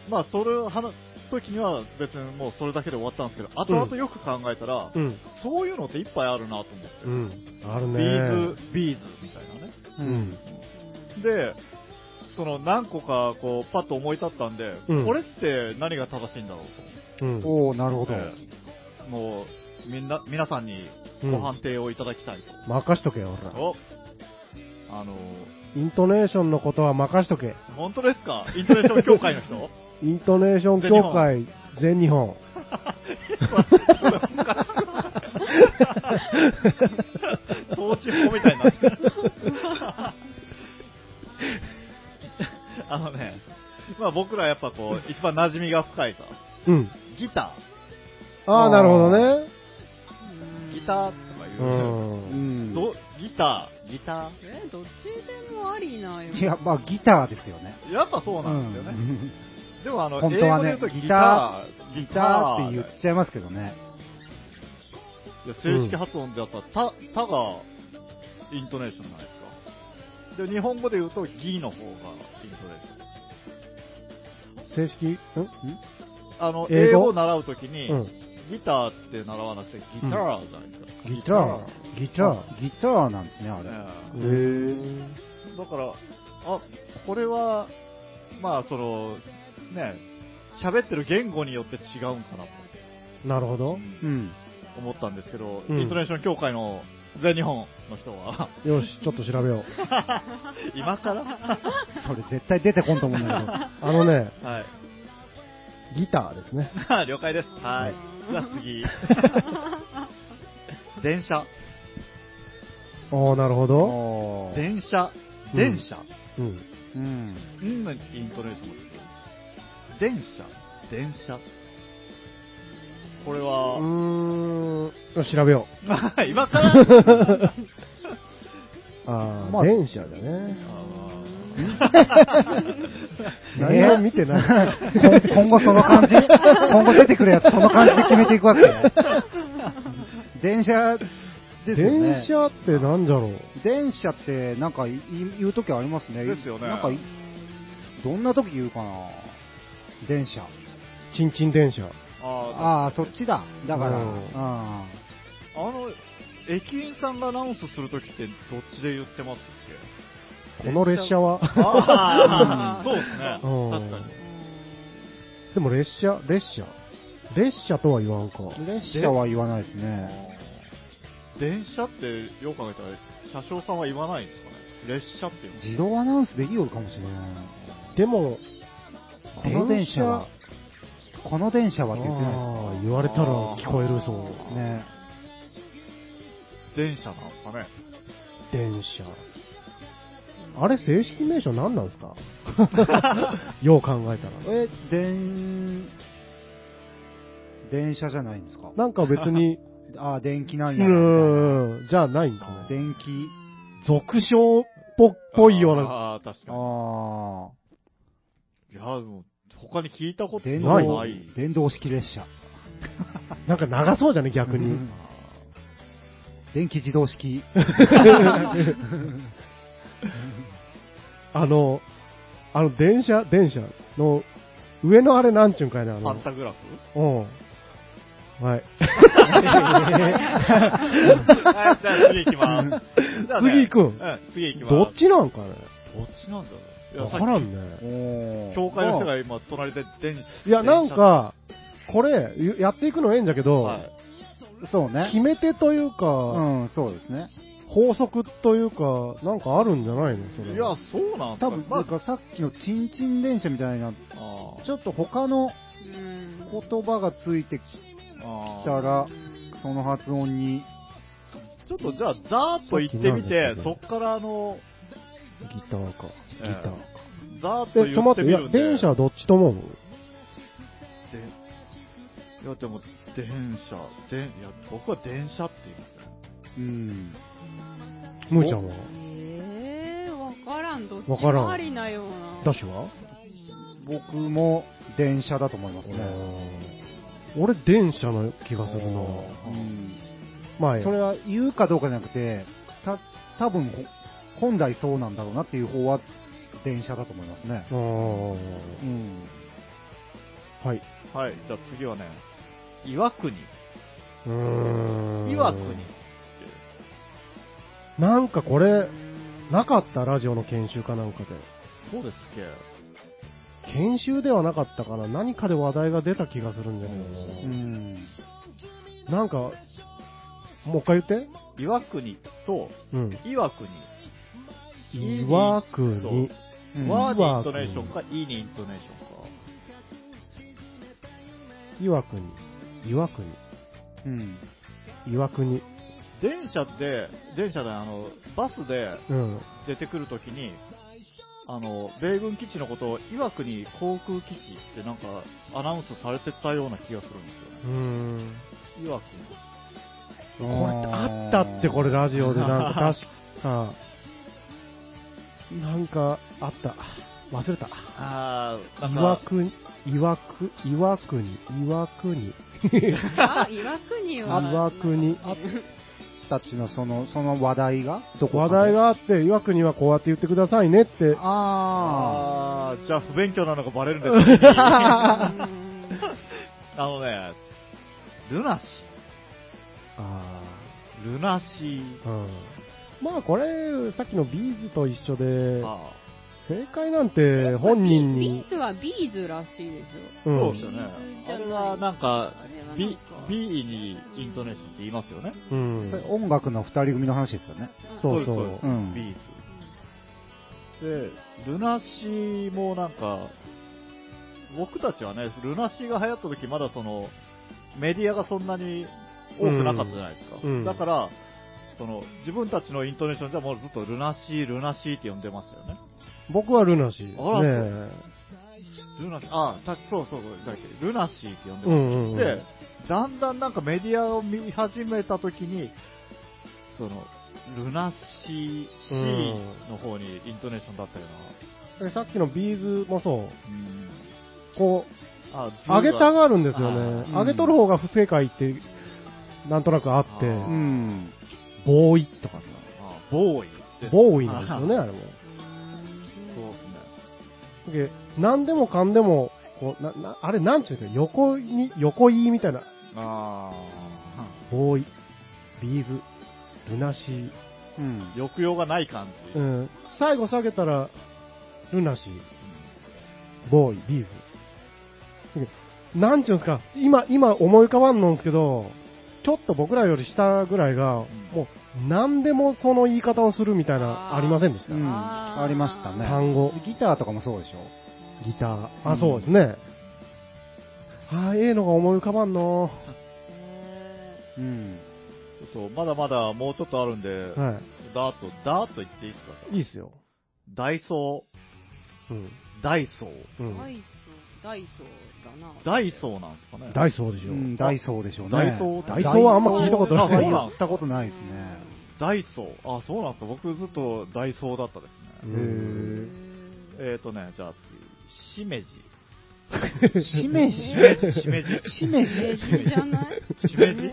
Speaker 2: まあ、それを話す時には別にもうそれだけで終わったんですけど、後々よく考えたら、
Speaker 4: うん。
Speaker 2: そういうのっていっぱいあるなと思って。
Speaker 4: うん。ある
Speaker 2: ビ
Speaker 4: ね。
Speaker 2: ーズ、ビーズみたいなね。
Speaker 1: う。
Speaker 4: うんん。
Speaker 2: で、その何個かこうパッと思い立ったんで、
Speaker 4: うん
Speaker 2: これって何が正しいんだろう
Speaker 4: うん。
Speaker 1: おー、なるほ
Speaker 2: と、
Speaker 1: ど。
Speaker 2: えーもうみんな皆さんにご判定をいただきたい
Speaker 4: 任しとけよ、ほ
Speaker 2: と、
Speaker 4: ら。
Speaker 2: おあの
Speaker 4: イントネーションのことは任しとけ。
Speaker 2: 本当ですかイントネーション協会の人
Speaker 4: イントネーション協会全日本。 (laughs)
Speaker 2: 統治法みたいになってるあのね、まあ、僕らやっぱこう一番馴染みが深いさ
Speaker 4: うん。
Speaker 2: ギタ
Speaker 4: ああ、なるほどね。。
Speaker 2: ーギターとかいうう、
Speaker 1: うんん。
Speaker 2: どギターギタ
Speaker 3: え、どっちでもありなよ。
Speaker 1: いや、まあ、ギターですよね。
Speaker 2: ーやっぱそうなんですよね、
Speaker 1: うん
Speaker 2: でもあの、
Speaker 1: 本
Speaker 2: 英
Speaker 1: 当は
Speaker 2: 語
Speaker 1: ね
Speaker 2: で言うとギ
Speaker 1: ギ
Speaker 2: タ
Speaker 1: タ
Speaker 2: ー、
Speaker 1: ギターって言っちゃいますけどね。
Speaker 2: いや正式発音であったら、た、たが、イントネーションじゃないですか。で、日本語で言うと、ギの方がイントネーション。
Speaker 4: 正式ん
Speaker 2: あの、
Speaker 4: 英語
Speaker 2: 英語を習うときに、
Speaker 4: うん。
Speaker 2: ギターって習わなくて、ギターじゃないですか。
Speaker 4: ギター。ギター。
Speaker 1: ギターなんですね、あ
Speaker 2: ギタ
Speaker 1: れ。
Speaker 2: ー
Speaker 4: へ
Speaker 2: ね
Speaker 4: え。
Speaker 2: だから、あ、これは、まあ、その、ね、喋ってる言語によって違うんかなと、
Speaker 4: なるほど。
Speaker 1: うん。
Speaker 2: 思ったんですけど、
Speaker 4: うん
Speaker 2: イントネーション協会の全日本の人
Speaker 4: (laughs)
Speaker 2: は、
Speaker 4: よし、ちょっと調べよう。
Speaker 2: 今から
Speaker 1: それ絶対出てこんと思うんだけど。
Speaker 4: あのね、
Speaker 2: はい。
Speaker 4: (laughs) ギターですね。
Speaker 2: 了解です。はい。 (laughs) じゃあ次。
Speaker 4: (laughs)
Speaker 2: 電車。
Speaker 4: ああ、なるほど。
Speaker 1: おー
Speaker 2: 電車。
Speaker 4: うん
Speaker 2: 電車。
Speaker 4: うん。
Speaker 1: うん。
Speaker 2: うんのイントネーションですよ。電車。電車。これ
Speaker 4: う
Speaker 2: は、
Speaker 4: ーん。よし調べよ
Speaker 2: (laughs) 今
Speaker 4: (laughs)
Speaker 2: から
Speaker 4: う。あ
Speaker 1: ま
Speaker 4: あ、
Speaker 1: あ
Speaker 4: 電車だね。
Speaker 1: 何
Speaker 4: 何も見てない。
Speaker 1: (laughs)
Speaker 4: (laughs)
Speaker 1: 今後その感じ今後出てくるやつその感じで決めてい (laughs) くわけね。電車ですよね
Speaker 4: 電。車ってなんじゃろう。
Speaker 1: 電車ってなんかいい言う時ありますね。
Speaker 2: ですよね
Speaker 1: なんかいどんな時言うかな電車。
Speaker 4: ちんちん電車。
Speaker 2: あ
Speaker 1: ああ、そっちだ。だから、
Speaker 4: う
Speaker 1: うんん。
Speaker 2: ーあの、駅員さんがアナウンスするときってどっちで言ってますっ
Speaker 4: この列車は。
Speaker 2: けああ、そうですね。
Speaker 4: うん
Speaker 2: 確かに。
Speaker 4: でも列車、列車。列車とは言わんか。
Speaker 1: 列車は言わないですね。
Speaker 2: 電車ってよく考えたら車掌さんは言わないんですかね列車って言うんです
Speaker 1: 自動アナウンスできよるかもしれない。
Speaker 4: でも、
Speaker 1: この電車は、この電車はって言ってないですか
Speaker 4: ああ言われたら聞こえるそう。
Speaker 1: ね
Speaker 2: 電車なんですかね
Speaker 4: 電車。
Speaker 3: う
Speaker 4: あれ、正式名称何なん
Speaker 2: (laughs)
Speaker 4: ですかよう考えたら。
Speaker 1: え、電、電車じゃないんですか
Speaker 4: なんか別
Speaker 2: (laughs)
Speaker 4: に、
Speaker 1: あ、電気な
Speaker 4: うん
Speaker 1: や。
Speaker 4: ーん、じゃあないんだね。
Speaker 1: 電気、
Speaker 4: 俗称っぽっぽいような。
Speaker 2: ああー、確かに。
Speaker 1: あ
Speaker 2: いや、でも他に聞いたこ
Speaker 1: あ、
Speaker 2: と
Speaker 1: 電
Speaker 2: な
Speaker 1: 動
Speaker 2: い。、
Speaker 1: 電動式列車。
Speaker 4: なんか長そうじゃね、逆
Speaker 1: う
Speaker 4: に
Speaker 1: ん。電気自動
Speaker 2: (laughs)
Speaker 1: 式。
Speaker 4: あの、あの、電車、電車の、上のあれなんちゅうんかいな、あ
Speaker 2: パ
Speaker 4: の
Speaker 2: ン、タグラフ
Speaker 4: うん。は
Speaker 2: は
Speaker 4: い。
Speaker 2: い、じゃあ次行きます。じゃあね
Speaker 4: 次行くん
Speaker 2: うん、次行きます。
Speaker 4: どっちなんかね。
Speaker 2: どっちなんだろう。い
Speaker 4: わ
Speaker 2: や、
Speaker 4: か
Speaker 2: さ
Speaker 4: ら
Speaker 2: っ
Speaker 4: んね。
Speaker 1: お
Speaker 2: き、教会の人が今、隣で電
Speaker 4: いや、なん、か、これ、ゆやっていくのええんじゃけ
Speaker 2: 電車
Speaker 4: ど、
Speaker 2: はい。
Speaker 1: そうね
Speaker 4: 決。め手というか、
Speaker 1: うん、そうですね。
Speaker 4: 法則というか、なんかあるんじゃないのそれ。
Speaker 2: いや、そうなん
Speaker 1: 多分、
Speaker 2: ま
Speaker 1: な
Speaker 2: あ
Speaker 1: ん、かさっきのチンチン電車みたいな、
Speaker 2: あ
Speaker 1: ちょっと他の
Speaker 3: うん。
Speaker 1: 言葉がついてき
Speaker 2: あ
Speaker 1: たら、その発音に、
Speaker 2: ちょっとじゃあ、ざーっと言ってみて
Speaker 4: さっきなんですけ、ど
Speaker 2: そっからあの、
Speaker 4: ギターか。ギターか。
Speaker 2: ざーっと
Speaker 4: え、ち
Speaker 2: 言
Speaker 4: ょ
Speaker 2: っ
Speaker 4: 待
Speaker 2: て
Speaker 4: って、い
Speaker 2: み
Speaker 4: や
Speaker 2: るん、で。
Speaker 4: 電車はどっちと思う
Speaker 2: でいや、でも、電車、電、いや、僕は電車って言いますね。
Speaker 1: うん。
Speaker 4: むーちゃんは
Speaker 3: えー、わからん。どっち
Speaker 4: わからん
Speaker 3: もありなような。
Speaker 4: ダッシュは
Speaker 1: 僕も電車だと思いますね。
Speaker 4: 俺、電車の気がするな
Speaker 2: おー
Speaker 1: うん
Speaker 4: 前。
Speaker 1: それは言うかどうかじゃなくて、た多分ほ本来そうなんだろうなっていう方は電車だと思いますね
Speaker 4: あ。ー
Speaker 1: うん。
Speaker 4: はい。
Speaker 2: はい、じゃあ次はね、岩国。
Speaker 4: うーん。
Speaker 2: 岩国。
Speaker 4: なんかこれ、なかったラジオの研修かなんかで。
Speaker 2: そうですっけ
Speaker 4: 研修ではなかったから何かで話題が出た気がするんだけどな
Speaker 1: うん。
Speaker 4: なんか、もう一回言って。
Speaker 2: 岩国と
Speaker 4: うん。
Speaker 2: 岩国。
Speaker 4: 岩国。
Speaker 1: うん
Speaker 2: ワーにイ
Speaker 4: 岩
Speaker 2: ント
Speaker 4: 国
Speaker 2: ネーションか、イーにイントネーションか。
Speaker 4: 岩国。岩国。
Speaker 1: うん。
Speaker 4: 岩国。
Speaker 2: 電車で、電車で、あの、バスで
Speaker 4: うん。
Speaker 2: 出てくるときに、あの、米軍基地のことを岩国航空基地ってなんかアナウンスされてたような気がするんで
Speaker 4: うーん。
Speaker 2: すよね。岩国。
Speaker 4: これあったってこれラジオでなんか確か、なんかあった。忘れた。
Speaker 2: あー、なん
Speaker 4: 岩
Speaker 2: か、
Speaker 4: 国、岩国、岩国、岩国。
Speaker 3: あ、岩国は。
Speaker 4: 岩国。
Speaker 1: たちのその、その話題がどこか
Speaker 4: 話
Speaker 1: で
Speaker 4: 題があって、岩国はこうやって言ってくださいねって、
Speaker 1: あ
Speaker 2: あー、じゃあ不勉強なのがバレるんです (laughs) ねあ
Speaker 3: うん
Speaker 2: のね、ルナシ
Speaker 4: あ
Speaker 2: ー。ルナシー。
Speaker 4: ーうんまあこれ、さっきのビーズと一緒で、
Speaker 2: あ
Speaker 4: 正解なんて本人
Speaker 3: ビ
Speaker 4: に
Speaker 3: ー、ズはビーズらしいですよ。
Speaker 4: う
Speaker 2: ー
Speaker 4: ん
Speaker 2: そうですよね。あれはなんか
Speaker 3: あれはなんか、
Speaker 2: B、B にイントネーションって言いますよね。
Speaker 4: う
Speaker 1: あ。
Speaker 4: ん
Speaker 1: それ音楽の二人組の話ですよね。
Speaker 4: そう
Speaker 2: です
Speaker 4: そう
Speaker 2: です
Speaker 1: うん
Speaker 2: B で、ルナシーもなんか、僕たちはね、ルナシーが流行った時まだその、メディアがそんなに多くなかったじゃないですか。
Speaker 4: うんうん
Speaker 2: だから、その、自分たちのイントネーションじゃもうずっとルナシー、ルナシーって呼んでましたよね。
Speaker 4: 僕はルナシー
Speaker 2: あら
Speaker 4: ね
Speaker 2: ルナシー、あ、たそうそうそう、だっけルナシーって呼んで
Speaker 4: う
Speaker 2: ま
Speaker 4: んうんうん
Speaker 2: した。で、だんだんなんかメディアを見始めた時に、その、ルナシー、シーの方にイントネーションだったよ
Speaker 4: でさっきのビーズもそう、
Speaker 2: な。うん
Speaker 4: こ
Speaker 2: あ
Speaker 4: う、上げたがるんですよ
Speaker 2: あー
Speaker 4: ね
Speaker 1: う。ん
Speaker 4: 上げとる方が不正解って、なんとなくあっ
Speaker 2: あ
Speaker 4: て、
Speaker 1: う
Speaker 2: ー
Speaker 1: ん。
Speaker 4: ボーイとかさ、
Speaker 2: あボーイって
Speaker 4: ボーイなんですよね、あれも。
Speaker 2: (laughs) そうですね。
Speaker 4: で何でもかんでも、こうななあれなんちゅうんですか、横に、横言いみたいな、
Speaker 2: あ
Speaker 4: ボーイ、ビーズ、ルナシー、
Speaker 1: うん
Speaker 2: あ。。 (laughs) 抑揚がない感じ。う
Speaker 4: う
Speaker 2: ん
Speaker 4: ん、最後下げたら、ルナシー、ボーイ、ビーズ。でなんちゅうんですか、今、今思い浮かばんのんですけど、ちょっと僕らより下ぐらいが、もう、何でもその言い方をするみたいな、ありませんでした、
Speaker 1: うん。
Speaker 3: あー
Speaker 1: ありましたね。
Speaker 4: 単語。
Speaker 1: ギターとかもそうでしょ
Speaker 4: ギター。
Speaker 1: う
Speaker 4: あ、
Speaker 1: ん
Speaker 4: そうですね。あーええのが思い浮かばんの。
Speaker 1: うん。
Speaker 2: そう、まだまだもうちょっとあるんで、
Speaker 4: は
Speaker 2: ダーッと、ダーッと言っていいですか
Speaker 4: い。いいっすよ。
Speaker 2: ダイソ
Speaker 6: うん。
Speaker 2: ー、ダイソー。
Speaker 6: うん。
Speaker 3: ダイソー、ダイソーだな。
Speaker 2: ダイソーなんですかね。
Speaker 4: ダイソーでし
Speaker 1: う
Speaker 4: ょ。
Speaker 1: ん、ダイソーでしょうね。
Speaker 2: ダイソー
Speaker 4: ダイソーはあんま聞いたこと
Speaker 2: あそう
Speaker 4: な
Speaker 2: ないん
Speaker 4: よ。
Speaker 1: 行ったことないですね。
Speaker 2: ダイソー。あ、そうなんですか。僕ずっとダイソーだったです
Speaker 4: う
Speaker 2: ね。
Speaker 4: ん
Speaker 2: えっ、ー、とね、じゃあ次、しめじ。
Speaker 1: しめじ
Speaker 2: しめじ、しめじ。
Speaker 1: しめじ
Speaker 3: レジじゃない。
Speaker 2: しめ (laughs) じ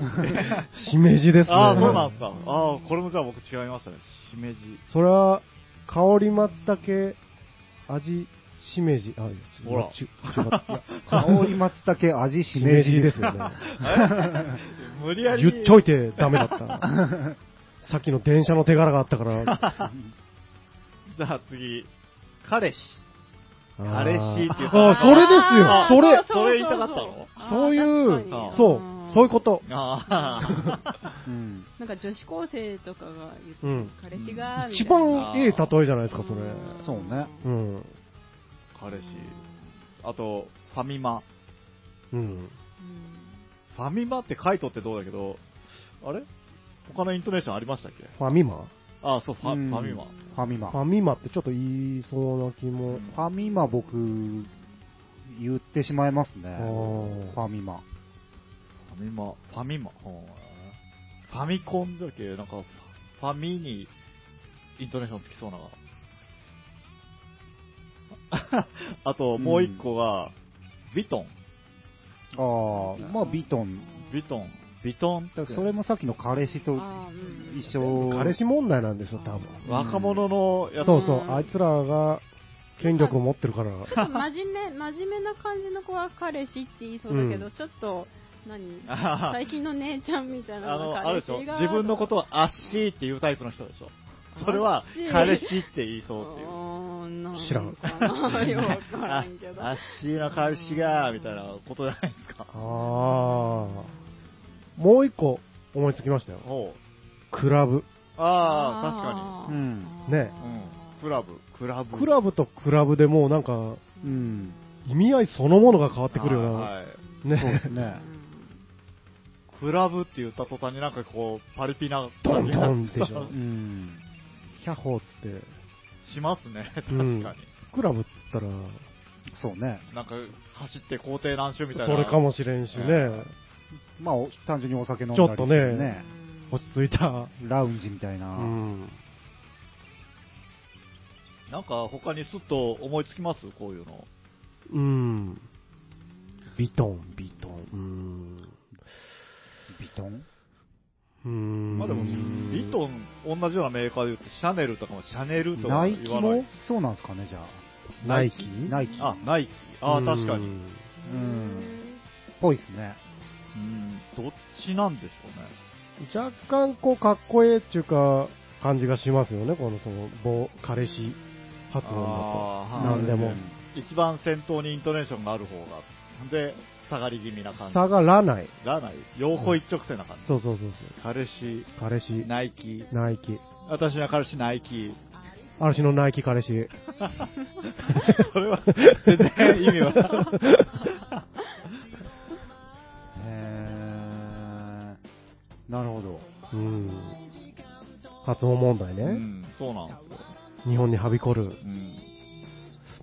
Speaker 4: しめじですね。
Speaker 2: ああ、そうなんですか。ああ、これもじゃあ僕違いましたね。しめじ。
Speaker 4: それは、香り松茸、味、しめじ、あ、
Speaker 2: ほら
Speaker 4: ち違ったいや
Speaker 1: 香り松茸味し
Speaker 4: し
Speaker 1: め
Speaker 4: め
Speaker 1: じ
Speaker 4: じ
Speaker 1: で
Speaker 4: ですす
Speaker 1: よ
Speaker 4: よ
Speaker 1: ね。
Speaker 4: (laughs) ね。
Speaker 2: (laughs) 無理やり。
Speaker 4: 言っといてダメだった。 (laughs) さっきの電車の手柄があったから。
Speaker 2: じゃあ次、彼氏。彼氏って言った
Speaker 4: あー、それですよ
Speaker 2: あー
Speaker 4: それ
Speaker 2: そうそれ言いたかったの
Speaker 4: そういう
Speaker 2: あー、
Speaker 4: そう、そういうことと。
Speaker 2: あ
Speaker 1: うん。
Speaker 3: なんか女子高生とかが言って、
Speaker 4: うん
Speaker 3: 彼氏が、
Speaker 4: 一
Speaker 3: みたいな
Speaker 4: 番いい例えじゃないですか、それ。
Speaker 1: そうね
Speaker 4: うん。
Speaker 2: (laughs) あ、彼氏。あと、ファミマ。
Speaker 4: うん。
Speaker 2: ファミマって書いとってどうだけど、あれ他のイントネーションありましたっけ
Speaker 4: ファミマ
Speaker 2: ああ、そう、ファ,、
Speaker 1: うん
Speaker 2: ファミマ。
Speaker 1: ファミマ。
Speaker 4: フ
Speaker 1: フ
Speaker 4: ァミマってちょっと言いそうな気も。
Speaker 1: ァミマ僕、言ってしまいますね。
Speaker 4: あ
Speaker 1: フ
Speaker 4: ー
Speaker 1: ァミマ。
Speaker 2: ファミマ、ファミマ。ほうファミコンだっけなんかファ、ファミにイントネーションつきそうな。 (laughs) あと、もう一個が、ビトン。
Speaker 1: ああ、まあビトン。
Speaker 2: ビトン。ビトン
Speaker 1: だか
Speaker 2: って
Speaker 1: らそれもさっきの彼氏と一緒。
Speaker 4: 彼氏問題なんですよ、多分。
Speaker 2: 若者のやつ。
Speaker 4: そうそう、あいつらが権力を持ってるか
Speaker 3: ち
Speaker 4: ら。
Speaker 3: ょっと真面
Speaker 2: (laughs)
Speaker 3: 目、真面目な感じの子は彼氏って言いそうだけど、
Speaker 4: うん
Speaker 3: ちょっと、何
Speaker 2: (laughs) あはは
Speaker 3: 最近の姉ちゃんみたいな
Speaker 2: あの、あれでしょ
Speaker 3: 彼氏が
Speaker 2: 自分のことをアッシーっていうタイプの人でしょそれは
Speaker 3: アッシー、
Speaker 2: 彼氏って言いそうっていう。
Speaker 3: あーなん
Speaker 4: 知らん
Speaker 3: (laughs) ん。よくわから
Speaker 2: あ
Speaker 3: んけど。
Speaker 2: アッシーの彼氏が、みたいなことじゃないですか。
Speaker 4: ああ。もう一個思いつきましたよ。
Speaker 2: おう
Speaker 4: クラブ。
Speaker 2: ああ、
Speaker 1: 確かに
Speaker 3: あー
Speaker 4: うん
Speaker 2: 確
Speaker 4: ね
Speaker 2: かに。うん。クラブ、クラブ。
Speaker 4: クラブとクラブでもうなんか、
Speaker 1: うん。
Speaker 4: 意味合いそのものが変わってくるよう
Speaker 2: は
Speaker 4: な。
Speaker 2: い。
Speaker 1: そうです
Speaker 4: ね。
Speaker 1: ね。
Speaker 2: クラブって言った途端になんかこう、パリピな
Speaker 4: ド
Speaker 2: 感
Speaker 4: ン
Speaker 2: じ
Speaker 4: ド
Speaker 2: が
Speaker 4: ンでしょ
Speaker 1: う。ん。
Speaker 4: キャホーっつって。
Speaker 2: (laughs) しますね。確か
Speaker 4: う
Speaker 2: に
Speaker 4: ん。クラブっつったら、
Speaker 1: そうね。
Speaker 2: なんか、走って校庭何周みたいな。
Speaker 4: それかもしれんしね。
Speaker 1: まあ、お単純にお酒飲んだ
Speaker 4: ち
Speaker 1: り
Speaker 4: ょっと
Speaker 1: して
Speaker 4: ね、落ち着いた。
Speaker 1: ラウンジみたいうな。
Speaker 4: ん。
Speaker 2: なんか他にすっと思いつきますこういうの。
Speaker 4: うん。ビトン、ビトン。
Speaker 1: ビトン
Speaker 4: うん。うん。
Speaker 2: まあでも、リトン、同じようなメーカーで言って、シャネルとかもシャネルと
Speaker 1: ナ
Speaker 2: か
Speaker 1: イキ
Speaker 2: 言わな
Speaker 1: も
Speaker 2: い。
Speaker 1: そうなんですかね、じゃあ。
Speaker 4: ナイキ
Speaker 1: ナイキ。
Speaker 2: あ、ナイキ。ああ、
Speaker 4: うん
Speaker 2: 確かに。。
Speaker 1: うん。ぽいっすね。
Speaker 2: うん、どっちなんでしょうね。
Speaker 4: 若干こうかっこええっていうか感じがしますよね、このその某彼氏発音
Speaker 2: あ
Speaker 4: だ
Speaker 2: ー
Speaker 4: と。なんで
Speaker 2: は
Speaker 4: も
Speaker 2: い。一番先頭にイントネーションがある方が。で、下がり気味な感じ。
Speaker 4: 下がらない。
Speaker 2: らない。横一直線な感じ。
Speaker 4: そうそうそう
Speaker 2: 彼氏、
Speaker 4: そう。彼氏、
Speaker 2: ナイキ。
Speaker 4: ナイキ。
Speaker 2: 私の彼氏、ナイキ。
Speaker 4: 嵐のナイキ彼氏。
Speaker 2: それは、全然意味は。
Speaker 1: へー。なるほど。
Speaker 4: うん。発音問題
Speaker 2: う
Speaker 4: ね。
Speaker 2: ん、そうなんですよ。
Speaker 4: 日本にはびこる。
Speaker 2: うん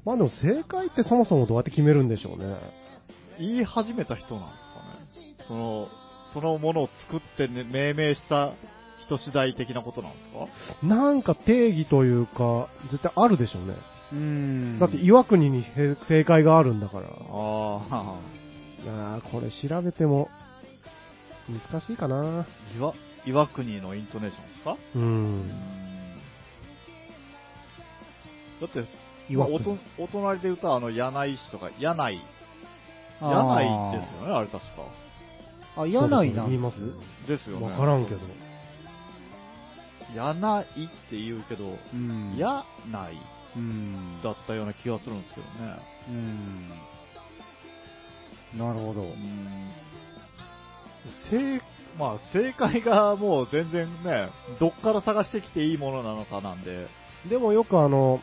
Speaker 4: まあでも正解ってそもそもどうやって決めるんでしょうね。
Speaker 2: 言い始めた人なんですかね。その、そのものを作って、ね、命名した人次第的なことなんですか
Speaker 4: なんか定義というか、絶対あるでしょうね。
Speaker 1: うん。
Speaker 4: だって岩国にへ正解があるんだから。
Speaker 2: ああ、
Speaker 4: あーこれ調べても難しいかな。
Speaker 2: 岩、岩国のイントネーションですか
Speaker 4: うん。
Speaker 2: だって、
Speaker 1: 岩
Speaker 2: お
Speaker 1: 国
Speaker 2: とお隣で歌うあの、柳井市とか、柳井。
Speaker 1: あー
Speaker 2: 柳井ですよね、あれ確か。
Speaker 1: あ、柳井なん
Speaker 4: 言い
Speaker 1: で
Speaker 4: ますす
Speaker 2: ですよね。
Speaker 4: わからんけど。
Speaker 2: 柳井って言うけど、
Speaker 1: うん。
Speaker 2: 柳井
Speaker 1: うん。
Speaker 2: だったような気がするんですけどね。
Speaker 1: うん。なるほど。
Speaker 2: うん正まあ、正解がもう全然ね、どっから探してきていいものなのかなんで、
Speaker 4: でもよくあの、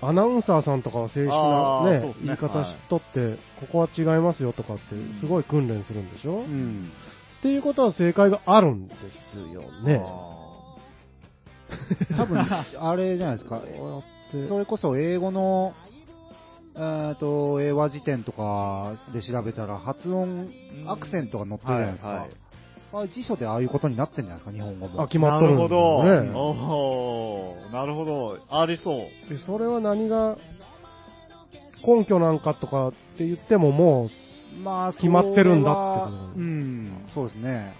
Speaker 4: アナウンサーさんとかは正式
Speaker 2: あ
Speaker 4: な、
Speaker 2: ー
Speaker 4: ね
Speaker 2: そうっすね
Speaker 4: 言い方しとって、ここは違いますよとかって、すごい訓練するんでしょ、
Speaker 1: う
Speaker 4: っ
Speaker 1: ん。
Speaker 4: ていうことは正解があるんですよね。
Speaker 2: あ
Speaker 1: 多分、あれじゃない (laughs) ですか。それこそ英語の、えー、と英和辞典とかで調べたら発音
Speaker 2: う、ん
Speaker 1: アクセントが載ってるじゃないですか、
Speaker 2: はいはい
Speaker 1: あ辞書でああいうことになってるんじゃないですか、日本語も。
Speaker 4: あ、決まっとるんだよ
Speaker 2: なる
Speaker 4: ね。
Speaker 2: ほど。おーなるほど。ありそう。
Speaker 4: でそれは何が根拠なんかとかって言ってもも
Speaker 1: まあ
Speaker 4: 決まってるんだって
Speaker 1: それは
Speaker 4: こと
Speaker 1: うん、そうですね。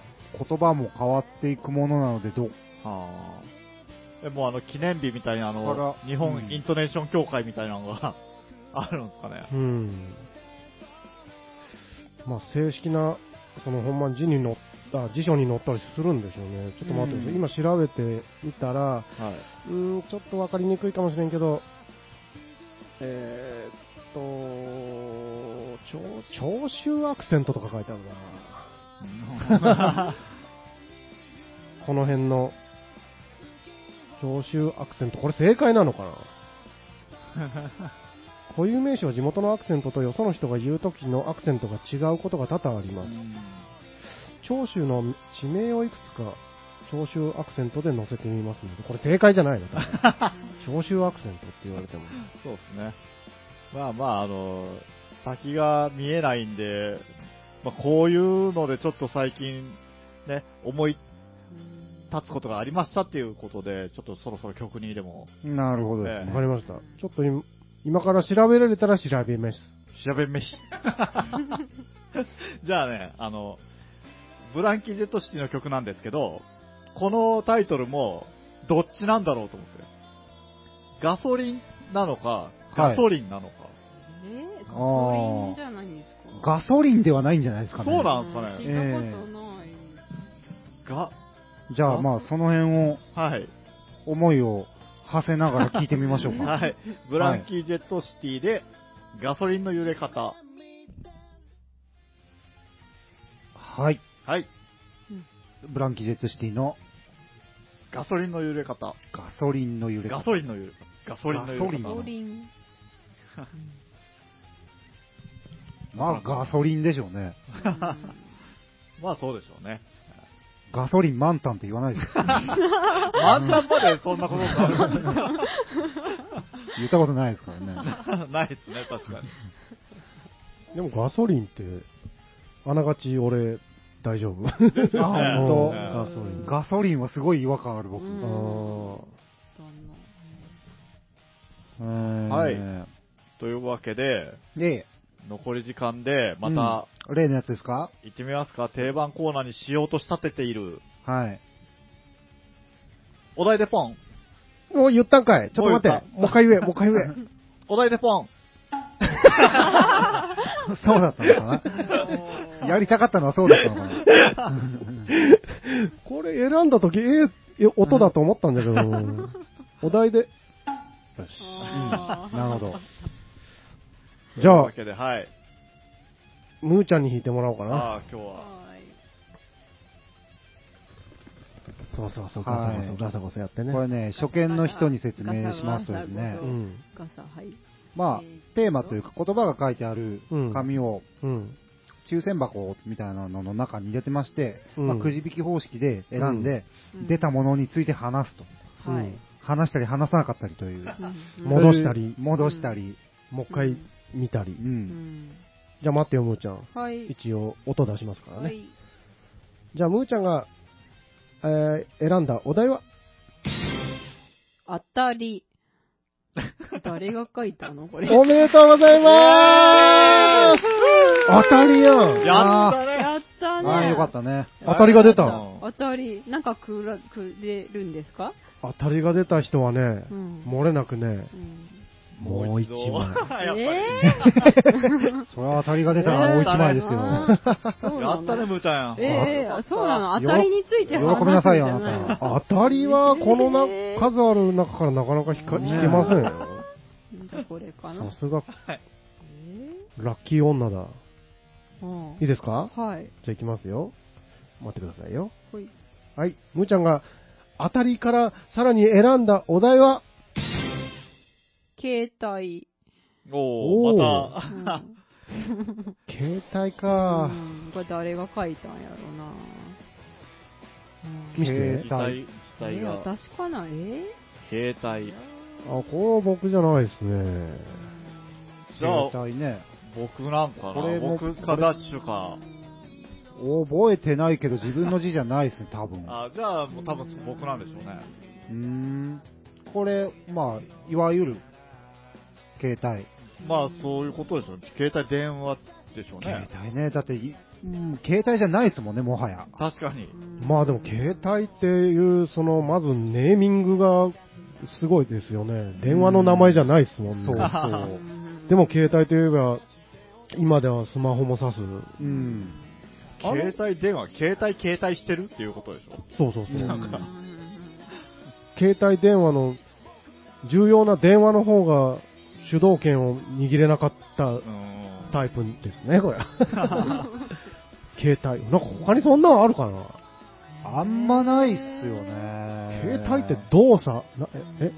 Speaker 1: 言葉も変わっていくものなので、どっ
Speaker 2: はあ。でもうあの記念日みたいなあの
Speaker 1: か、ら
Speaker 2: 日
Speaker 1: う
Speaker 2: 本
Speaker 1: ん
Speaker 2: イントネーション協会みたいなのが (laughs) あるんですかね。
Speaker 4: う、うん。まあ正式な、そのほんまに字に載った、辞書に載ったりするんでしょうね。ちょっと待ってくださ
Speaker 1: う
Speaker 4: い。
Speaker 1: ん
Speaker 4: 今調べてみたら、
Speaker 2: はい。
Speaker 4: うーん、ちょっとわかりにくいかもしれんけど、えーっと、長長州アクセントとか書いてあるな。この辺の、長州アクセント、これ正解なのかな固有名詞は地元のアクセントとよその人が言う時のアクセントが違うことが多々あります。長州の地名をいくつか長州アクセントで載せてみますので、これ正解じゃないの多分長州アクセントって言われても。
Speaker 2: そうですね。まあまあ、あの、先が見えないんで、まあ、こういうのでちょっと最近、ね、思い立つことがありましたっていうことで、ちょっとそろそろ曲にでも
Speaker 1: なるほどです
Speaker 2: え
Speaker 1: ね。
Speaker 4: わかりました。ちょっと今今から調べられたら調べます。
Speaker 2: 調べ飯。 (laughs) じゃあね、あの、ブランキー・ジェット・シティの曲なんですけど、このタイトルも、どっちなんだろうと思って。ガソリンなのか、ガソリンなのか。
Speaker 3: えー、ガソリンじゃないんですか
Speaker 1: ガソリンではないんじゃないですかね。
Speaker 2: そうなんですか
Speaker 3: 聞
Speaker 2: ね。
Speaker 3: いたことない。
Speaker 2: が、
Speaker 1: じゃあ、まあ、その辺を、
Speaker 2: はい。
Speaker 1: 思いを馳せながら聞いてみましょ (laughs) うか。
Speaker 2: はい。ブランキー・ジェット・シティで、ガソリンの揺れ方。
Speaker 1: はい。
Speaker 2: はい。
Speaker 1: ブランキー・ジェット・シティの
Speaker 2: ガソリンの揺れ方。
Speaker 1: ガソリンの揺れ
Speaker 2: ガ
Speaker 1: 方。
Speaker 2: ソリンの揺れ方。ガソリンの揺
Speaker 1: ガ
Speaker 2: れ方
Speaker 1: ソ
Speaker 3: ガ。ソリ
Speaker 2: (laughs)
Speaker 3: ン。
Speaker 1: まあ、ガソリンでしょうね。
Speaker 2: まあそうでしょうね。
Speaker 1: ガソリン満タンって言わないです。
Speaker 2: (laughs) あんなまでそんなことになるんですか
Speaker 1: 言ったことないですからね。
Speaker 2: ないですね、確かに。
Speaker 4: でもガソリンって、あながち俺、大丈夫。
Speaker 1: あ、
Speaker 2: ね
Speaker 1: 本
Speaker 4: うん
Speaker 1: 当
Speaker 4: ガソリン。
Speaker 1: ガソリンはすごい違和感ある、僕。
Speaker 3: うん
Speaker 2: はい
Speaker 1: え
Speaker 2: というわけで、
Speaker 1: ーで、
Speaker 2: 残り時間で、また、
Speaker 1: 例のやつですか
Speaker 2: 行ってみますか、定番コーナーにしようと仕立てている、
Speaker 1: はい。
Speaker 2: お題でポン
Speaker 4: もう言ったんかい。ちょっと待って。もう一回言え、もう一回言え。
Speaker 2: お題でポン
Speaker 1: (laughs) そうだったのか
Speaker 4: (laughs)
Speaker 1: なやりたかったのはそうだったのかな
Speaker 4: これ選んだ時、ええ、え音だと思ったんだけど、 (laughs) お題で。
Speaker 3: あー
Speaker 1: なるほど。
Speaker 4: じ
Speaker 2: という
Speaker 4: ゃあ
Speaker 2: わ、けで、はい。
Speaker 4: ムーちゃんに弾いてもらおうかな。
Speaker 2: ああ、今日は。
Speaker 3: はーい
Speaker 4: そうそうそう、ガ
Speaker 1: はい
Speaker 4: サゴソ、ガサゴソやってね
Speaker 1: こ。れね、初見の人に説明しますとですね
Speaker 4: う、ん。
Speaker 3: ガサ、はい。
Speaker 1: まあ、テーマというか言葉が書いてある
Speaker 4: うん
Speaker 1: 紙を、
Speaker 4: うん。
Speaker 1: 抽選箱みたいなのの中に入れてまして、
Speaker 4: うん
Speaker 1: まあ、くじ引き方式で選んで、
Speaker 3: うん
Speaker 1: 出たものについて話すと。
Speaker 3: はい。
Speaker 1: 話したり話さなかったりという。
Speaker 3: うん
Speaker 4: も戻したり
Speaker 1: そういう戻したり。
Speaker 4: もう一回見たり
Speaker 1: う。。
Speaker 3: うんん
Speaker 4: じゃあ待ってよ、ムーちゃん。
Speaker 3: はい。
Speaker 4: 一応、音出しますから
Speaker 3: は
Speaker 4: ね。
Speaker 3: い。
Speaker 4: じゃあ、ムーちゃんが、えー選んだお題は
Speaker 3: 当たり。誰が書いたのこれ。
Speaker 4: おめでとうございます当たりやん
Speaker 2: やったね
Speaker 3: やったね。
Speaker 1: ああ、よかったね。
Speaker 4: 当たりが出た
Speaker 3: 当たり。なんかくら、くれるんですか
Speaker 4: 当たりが出た人はね、
Speaker 3: うん
Speaker 4: 漏れなくね、
Speaker 3: うん
Speaker 4: もう一
Speaker 2: 度 (laughs) やっ
Speaker 4: 枚。
Speaker 2: ぱり。
Speaker 3: え
Speaker 1: それは当たりが出たらもう一枚ですよ。
Speaker 3: ーそ
Speaker 2: や
Speaker 3: うな
Speaker 2: ったね、
Speaker 3: の
Speaker 2: むーちゃん。
Speaker 3: えー、そうなの
Speaker 1: よ
Speaker 3: 当たりについて話すんじゃない
Speaker 1: 喜びなさいよあなた
Speaker 4: 当たりは、このな、
Speaker 3: えー
Speaker 4: 数ある中からなかなか引か引けませんよ。
Speaker 3: じゃあこれかな
Speaker 4: さ。すが、
Speaker 3: え
Speaker 4: ラッキー女だ。
Speaker 3: ーうん
Speaker 4: いいです
Speaker 3: は
Speaker 4: か
Speaker 3: い。
Speaker 4: じゃあ行きますよ。待ってくださいよ。
Speaker 3: ほい
Speaker 4: はい、むーちゃんが、当たりからさらに選んだお題は、
Speaker 3: 携帯。
Speaker 2: お
Speaker 4: お
Speaker 2: お
Speaker 4: ー
Speaker 3: う
Speaker 2: ま
Speaker 3: ん
Speaker 2: た、
Speaker 4: 携帯
Speaker 3: う
Speaker 4: か。
Speaker 3: んこれ誰が書いたんやろうな。
Speaker 4: 見せ
Speaker 1: 携帯。
Speaker 4: て
Speaker 2: 機体、機
Speaker 3: え
Speaker 2: 体
Speaker 3: ー
Speaker 2: が、
Speaker 3: 私かなえー
Speaker 2: 携帯。
Speaker 4: あ、これは僕じゃないですね。
Speaker 2: じゃあ、
Speaker 1: 携帯ね。
Speaker 2: 僕なんか
Speaker 1: これ
Speaker 2: な。
Speaker 1: も
Speaker 2: 僕かダッシュか。
Speaker 1: 覚えてないけど自分の字じゃないですね、多分。
Speaker 2: あ、じゃあ、もう多分僕なんでしょうね。
Speaker 1: うーん。これ、まあ、いわゆる、携帯。
Speaker 2: まあ、そういうことでしょう。携帯電話でしょう
Speaker 1: 携
Speaker 2: ね。
Speaker 1: 帯ね。だってい、うん、携帯じゃないですもんね、もはや。
Speaker 2: 確かに。 (laughs)
Speaker 4: まあでも、携帯っていう、その、まずネーミングがすごいですよね。電話の名前じゃないですもんね。
Speaker 1: そう
Speaker 4: そ
Speaker 3: う。
Speaker 4: う
Speaker 3: ん
Speaker 4: でも、携帯といえば、今ではスマホも指す。
Speaker 1: うん。
Speaker 4: あれ
Speaker 2: 携帯電話、携帯携帯してるっていうことでしょ。
Speaker 4: そうそう
Speaker 1: う
Speaker 4: そう。
Speaker 1: ん
Speaker 4: 携帯電話の、重要な電話の方が主導権を握れなかった
Speaker 2: うーん。
Speaker 4: タイプですね、これ。携帯。なんか他にそんなのあるかな
Speaker 1: (laughs) あんまないっすよね。
Speaker 4: 携帯って動作、なえ、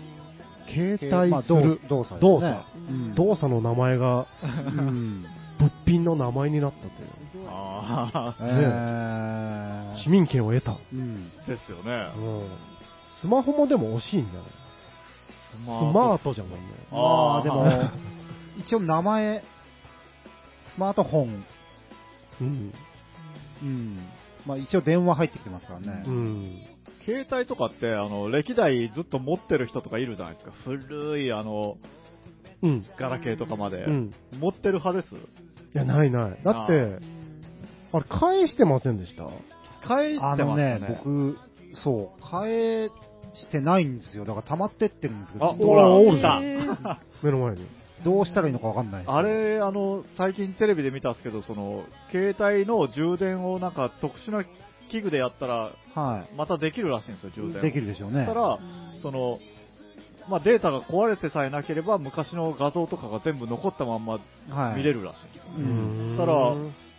Speaker 4: え携帯
Speaker 1: まあ
Speaker 4: する、
Speaker 1: 動作動
Speaker 4: 動
Speaker 1: 作です
Speaker 4: 作
Speaker 1: ね。うん
Speaker 4: 動作の名前が
Speaker 1: うん。
Speaker 4: 物品の名前になったっていう。
Speaker 2: あ
Speaker 1: え
Speaker 4: 市民権を得た。
Speaker 1: ーうん。
Speaker 2: あ、ですよね。
Speaker 4: うんスマホもでも惜しいんだよ。
Speaker 2: ス
Speaker 4: スマートじゃもんね。
Speaker 1: まあ
Speaker 2: あー
Speaker 1: でも、一応名前、スマートフォン、
Speaker 4: うん。
Speaker 1: うん。まあ一応電話入ってきてますからね。
Speaker 4: うん。
Speaker 2: 携帯とかって、あの、歴代ずっと持ってる人とかいるじゃないですか。古い、あの、
Speaker 4: うん。
Speaker 2: ガラケーとかまで。
Speaker 4: うん。
Speaker 2: 持ってる派です。
Speaker 4: いや、ないない。だって、あれ、返してませんでした
Speaker 2: 返してま
Speaker 1: あ
Speaker 2: すよ
Speaker 1: の
Speaker 2: ね
Speaker 1: ね。、僕、そう、返してないんですよ。だから溜まってってるんですけど、
Speaker 2: あ、ほら、
Speaker 4: お
Speaker 2: お
Speaker 4: る
Speaker 2: る
Speaker 4: な
Speaker 2: な。
Speaker 4: 目の前に。
Speaker 1: どうしたらいいのかわかんないです
Speaker 2: あれ、あの、最近テレビで見たんですけど、その、携帯の充電をなんか特殊な器具でやったら、
Speaker 1: は
Speaker 2: またできるらしいんですよ、充
Speaker 1: い。
Speaker 2: 電。
Speaker 1: できるでしょうね。
Speaker 2: たら、その、まあ、データが壊れてさえなければ、昔の画像とかが全部残ったまんま
Speaker 1: はい。
Speaker 2: 見れ
Speaker 1: る。
Speaker 2: るらしいんですよ、
Speaker 1: う。
Speaker 4: うんん
Speaker 2: たら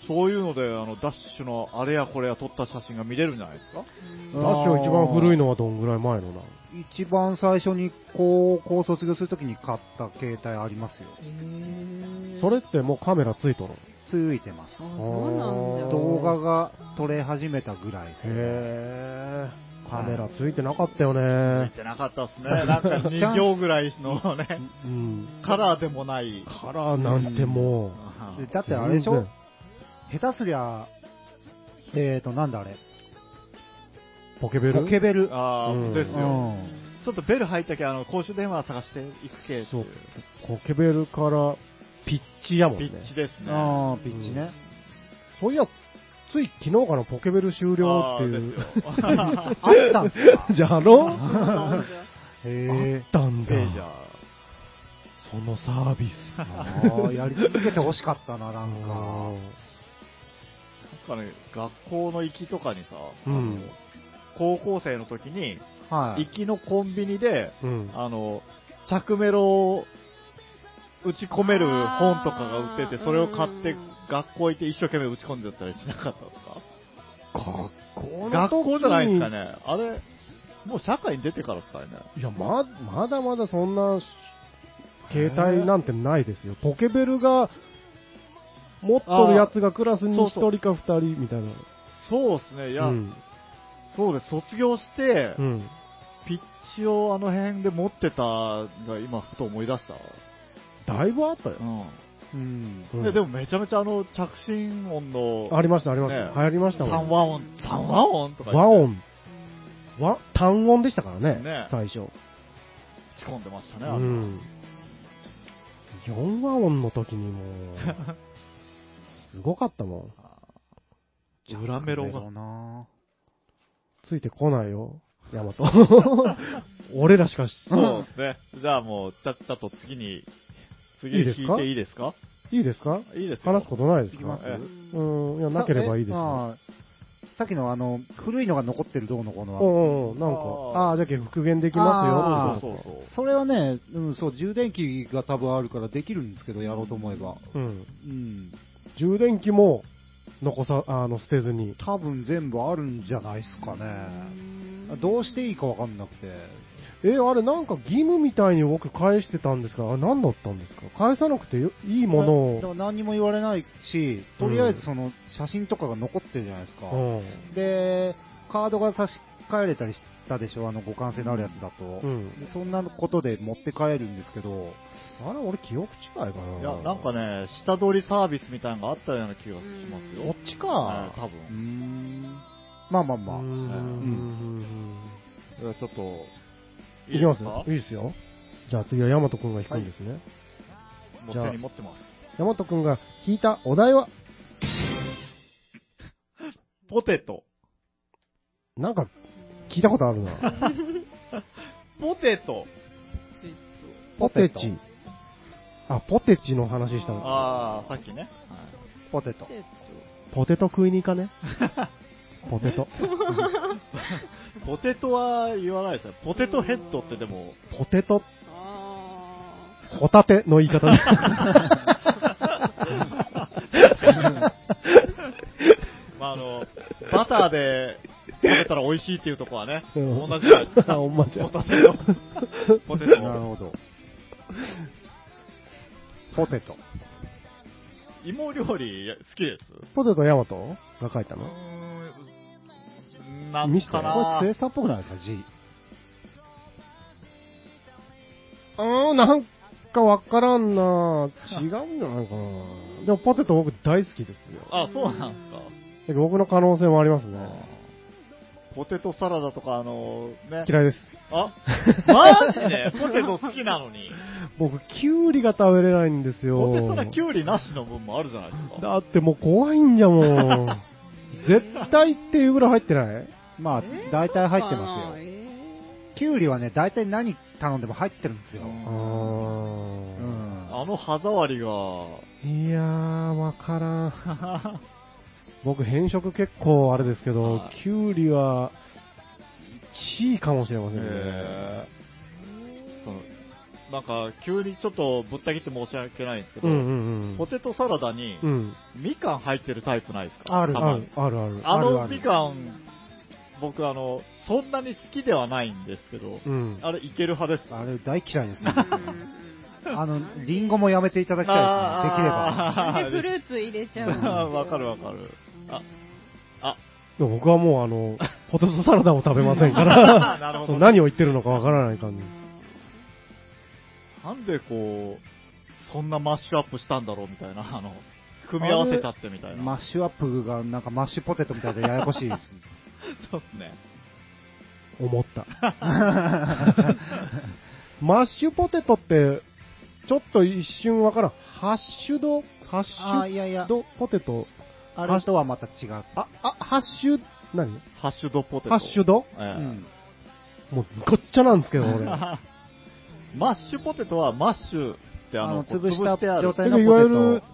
Speaker 2: そういうので、あの、ダッシュのあれやこれや撮った写真が見れるんじゃないですか
Speaker 4: ダッシュ一番古いのはどんぐらい前のな
Speaker 1: 一番最初に高校卒業するときに買った携帯ありますよ。
Speaker 4: それってもうカメラついとるの
Speaker 1: ついてます
Speaker 3: あ。そうなんだ
Speaker 4: あー
Speaker 1: 動画が撮れ始めたぐらいですね。
Speaker 4: へえ。カメラついてなかったよね。
Speaker 2: 見てなかったっすね。なんか2行ぐらいのね、
Speaker 4: うん。
Speaker 2: カラーでもない。
Speaker 4: カラーなんても
Speaker 1: で
Speaker 2: あ
Speaker 1: だっ
Speaker 4: う。
Speaker 1: てあれでし
Speaker 4: 全
Speaker 1: ょ
Speaker 4: 然
Speaker 1: 下手すりゃ、えーと、なんだあれ。
Speaker 4: ポケベル
Speaker 1: ポケベル。
Speaker 2: (laughs) あ
Speaker 4: うん
Speaker 2: ー、です
Speaker 1: う
Speaker 2: よ。
Speaker 1: ん。
Speaker 2: ちょっとベル入ったけど、あの、公衆電話探していく系。
Speaker 4: そうポケベルからピッチやもん
Speaker 2: ピ
Speaker 4: ね。
Speaker 2: ッチですね。
Speaker 1: ああ、ピッチね。
Speaker 4: そういや、つい昨日かなポケベル終了
Speaker 2: あ
Speaker 4: っ
Speaker 2: ー
Speaker 4: ていう。
Speaker 2: ですよ。
Speaker 1: あったんす
Speaker 4: (laughs)
Speaker 1: か
Speaker 4: じゃろあっ (laughs)
Speaker 1: へえ。
Speaker 4: たんだ
Speaker 2: (laughs) ページャ。ー。
Speaker 4: そのサービス。
Speaker 1: ああ、やり続けて欲しかったな、なんか。
Speaker 2: なんかね、学校の行きとかにさ、
Speaker 4: うん
Speaker 2: 高校生の時に、
Speaker 1: は
Speaker 2: 行
Speaker 1: い。
Speaker 2: きのコンビニで、
Speaker 4: うん。
Speaker 2: あの、着メロを打ち込める本とかが売ってて、それを買って
Speaker 3: うん
Speaker 2: 学校行って一生懸命打ち込んでたりしなかったですか
Speaker 4: 学校の時
Speaker 2: 学校じゃないですか
Speaker 4: に
Speaker 2: ね。あれ、もう社会に出てからですからね。
Speaker 4: いや、ま、まだまだそんな、携帯なんてないですよ。ポケベルが、持っとるやつがクラスに
Speaker 2: あー
Speaker 4: 1人か2人みたいな。
Speaker 2: そうですね。いや、
Speaker 4: うん。
Speaker 2: そうです。卒業して、
Speaker 4: うん
Speaker 2: ピッチをあの辺で持ってたが今、ふと思い出した。
Speaker 4: だいぶあったよ。
Speaker 1: うん。
Speaker 4: うん
Speaker 2: ででもめちゃめちゃあの着信音の
Speaker 4: ありました、ありました。
Speaker 2: ね
Speaker 4: 流行りましたも
Speaker 2: 三
Speaker 4: ん。
Speaker 2: 和音、三和音とか
Speaker 4: 和音。和、単音でしたからね。
Speaker 2: ね
Speaker 4: 最初。
Speaker 2: 打ち込んでましたね
Speaker 4: う
Speaker 2: あの。
Speaker 4: ん。4和音の時にも (laughs) う、すごかったもん。
Speaker 2: (laughs) 裏メロ
Speaker 1: だ
Speaker 2: が
Speaker 1: ろ。うな。
Speaker 4: ついてこないよ。ヤマト。 (laughs) 俺らしかし、
Speaker 2: そうですね。じゃあもう、ちゃっちゃと次に、次
Speaker 4: い
Speaker 2: に
Speaker 4: いですか
Speaker 2: 聞いていいですか
Speaker 4: いいですか
Speaker 2: いいですよ
Speaker 4: 話すことないです
Speaker 1: いきま
Speaker 4: か
Speaker 1: す
Speaker 2: え
Speaker 4: (laughs) うん、いや、なければいいです
Speaker 1: さえ
Speaker 4: よ。
Speaker 1: ああさっきのあの、古いのが残ってるどうのこうのは
Speaker 4: う。んうん、なんか、あ
Speaker 2: あー
Speaker 4: あー、じゃあ復元できま
Speaker 1: あ
Speaker 4: す
Speaker 2: そう
Speaker 4: よ。
Speaker 2: そうそう。
Speaker 1: それはね、うん、そう、充電器が多分あるからできるんですけど、やろうと思えば。
Speaker 4: うん。
Speaker 1: うん。
Speaker 4: 充電器も、残さ、あの、捨てずに。
Speaker 1: 多分全部あるんじゃないですかね。どうしていいかわかんなくて。
Speaker 4: えーあれなんか義務みたいに僕返してたんですが、あ、何だったんですか返さなくてよいいもの
Speaker 1: だか
Speaker 4: を。
Speaker 1: ら何にも言われないし、とりあえずその写真とかが残ってるじゃないですか。
Speaker 4: うん。
Speaker 1: で、カードが差し替えれたりしたでしょ、あの互換性のあるやつだと。
Speaker 4: うん。
Speaker 1: でそんなことで持って帰るんですけど、
Speaker 4: あれ、俺、記憶違いかな。
Speaker 2: いや、なんか、ね、下取りサービスみたいなのがあったような気がします
Speaker 4: こ
Speaker 2: よ。
Speaker 4: っち
Speaker 2: はい多
Speaker 4: か。
Speaker 1: うー
Speaker 2: 分。
Speaker 1: ん、まあまあ
Speaker 4: うー
Speaker 1: まあ、
Speaker 4: ん。
Speaker 2: いやちょっと、
Speaker 4: いき
Speaker 2: で
Speaker 4: ますす
Speaker 2: か
Speaker 4: いいですよ。じゃあ次はヤマト君が引くんですね。
Speaker 2: もう
Speaker 4: じゃあ
Speaker 2: 手に持ってます。
Speaker 4: ヤマト君が引いたお題は、
Speaker 2: ポテト。
Speaker 4: なんか、聞いたことある (laughs) な。
Speaker 2: ポテト。
Speaker 3: えっ
Speaker 4: ポテチ。あ、ポテチの話したの。
Speaker 2: ああ、さっきね。
Speaker 1: ポテ
Speaker 3: と
Speaker 1: ト。
Speaker 3: えっ
Speaker 4: ポテト食いに行 (laughs) かね。ポテト。
Speaker 2: ポテトは言わないですよ。ポテトヘッドってでも、
Speaker 4: ポテト、
Speaker 3: とあ
Speaker 4: ホタテの言い方 (laughs) で。
Speaker 2: まああ
Speaker 4: (laughs)
Speaker 2: の、バターで食べたら美味しいっていうとこはね、
Speaker 4: うん
Speaker 2: 同じだよ。
Speaker 4: (laughs) あ、おんまちゃ
Speaker 2: ポ
Speaker 4: ん。
Speaker 2: テト。ポテト。
Speaker 1: なるほど。ポテト。
Speaker 2: 芋料理好きです。
Speaker 4: ポテトヤマトが書いた
Speaker 2: う
Speaker 4: の
Speaker 2: ーん、な
Speaker 4: 見
Speaker 2: ん
Speaker 4: せて
Speaker 2: か
Speaker 1: こ
Speaker 2: な
Speaker 1: れ、生産っぽくないですか、G。
Speaker 4: うーん、なんかわからんな違うんじゃないかなでもポテト僕大好きですよ。だ
Speaker 2: あ、そうなんですか。
Speaker 4: けど僕の可能性もあります
Speaker 2: あ
Speaker 4: ね。
Speaker 2: ーポテトサラダとか、あの、ね。
Speaker 4: 嫌いです。
Speaker 2: あ、
Speaker 4: (laughs)
Speaker 2: マジでポテト好きなのに。
Speaker 4: 僕、キュウリが食べれないんですよ。
Speaker 2: ポテサラキュウリなしの分もあるじゃないですか。
Speaker 4: だってもう怖いんじゃもん。絶対っていうぐらい入ってない
Speaker 1: まあ、
Speaker 3: ー
Speaker 1: 大体入ってますよ。
Speaker 3: よ。
Speaker 1: キュウリはね、大体何頼んでも入ってるんですよ。
Speaker 2: う
Speaker 4: あ
Speaker 2: ん
Speaker 1: う
Speaker 4: ー。
Speaker 1: ん。
Speaker 2: あの歯触りが、
Speaker 4: いやー、わからん。僕、変色結構あれですけど
Speaker 2: はい、
Speaker 4: キュウリは、1位かもしれませんね。
Speaker 2: えーそのなんか急にちょっとぶった切って申し訳ないんですけど、
Speaker 4: うんうんうん。
Speaker 2: ポテトサラダに
Speaker 4: うん。
Speaker 2: みかん入ってるタイプないですか
Speaker 4: ある
Speaker 2: た
Speaker 4: あ
Speaker 2: ま
Speaker 4: る
Speaker 2: に
Speaker 4: あるある。
Speaker 2: あ
Speaker 1: あるあ
Speaker 2: の
Speaker 1: る
Speaker 2: みか (laughs) ん、僕あの、そんなに好きではないんですけど、
Speaker 4: うん。
Speaker 2: あれいける派です。
Speaker 1: あれ、大嫌いですね。あの、リンゴもやめていただきたいですね、できれば。
Speaker 2: あ
Speaker 3: なんでフルーツ入れちゃうの
Speaker 2: (laughs) わかるわかる。あ、あ、
Speaker 4: でも僕はもうあの、ポテトサラダを食べませ
Speaker 2: (laughs)
Speaker 4: んから、
Speaker 2: なるほ
Speaker 4: そ
Speaker 2: ど。
Speaker 4: の何を言ってるのかわからない感じです。
Speaker 2: なんでこう、そんなマッシュアップしたんだろうみたいな、あの、組み合わせちゃってみたいな。
Speaker 1: マッシュアップがなんかマッシュポテトみたいでややこしいです。
Speaker 2: そうですね。
Speaker 4: 思った。マッシュポテトって、ちょっと一瞬わからん。ハッシュド、ハッシ
Speaker 1: あーいやいや
Speaker 4: ュ、ドポテト。
Speaker 1: あれとはまた違う。
Speaker 4: あ、あ、ハッシュ、何
Speaker 2: ハッシュドポテト。
Speaker 4: ハッシュド
Speaker 2: ええ
Speaker 1: うん。
Speaker 4: もうごっちゃなんですけど、俺。
Speaker 2: (laughs) マッシュポテトはマッシュってあ
Speaker 1: あ
Speaker 2: の、
Speaker 1: の、
Speaker 2: こう
Speaker 1: 潰した
Speaker 2: てある
Speaker 1: 状態の
Speaker 4: だけどいわゆ
Speaker 1: ポ
Speaker 4: る
Speaker 1: テ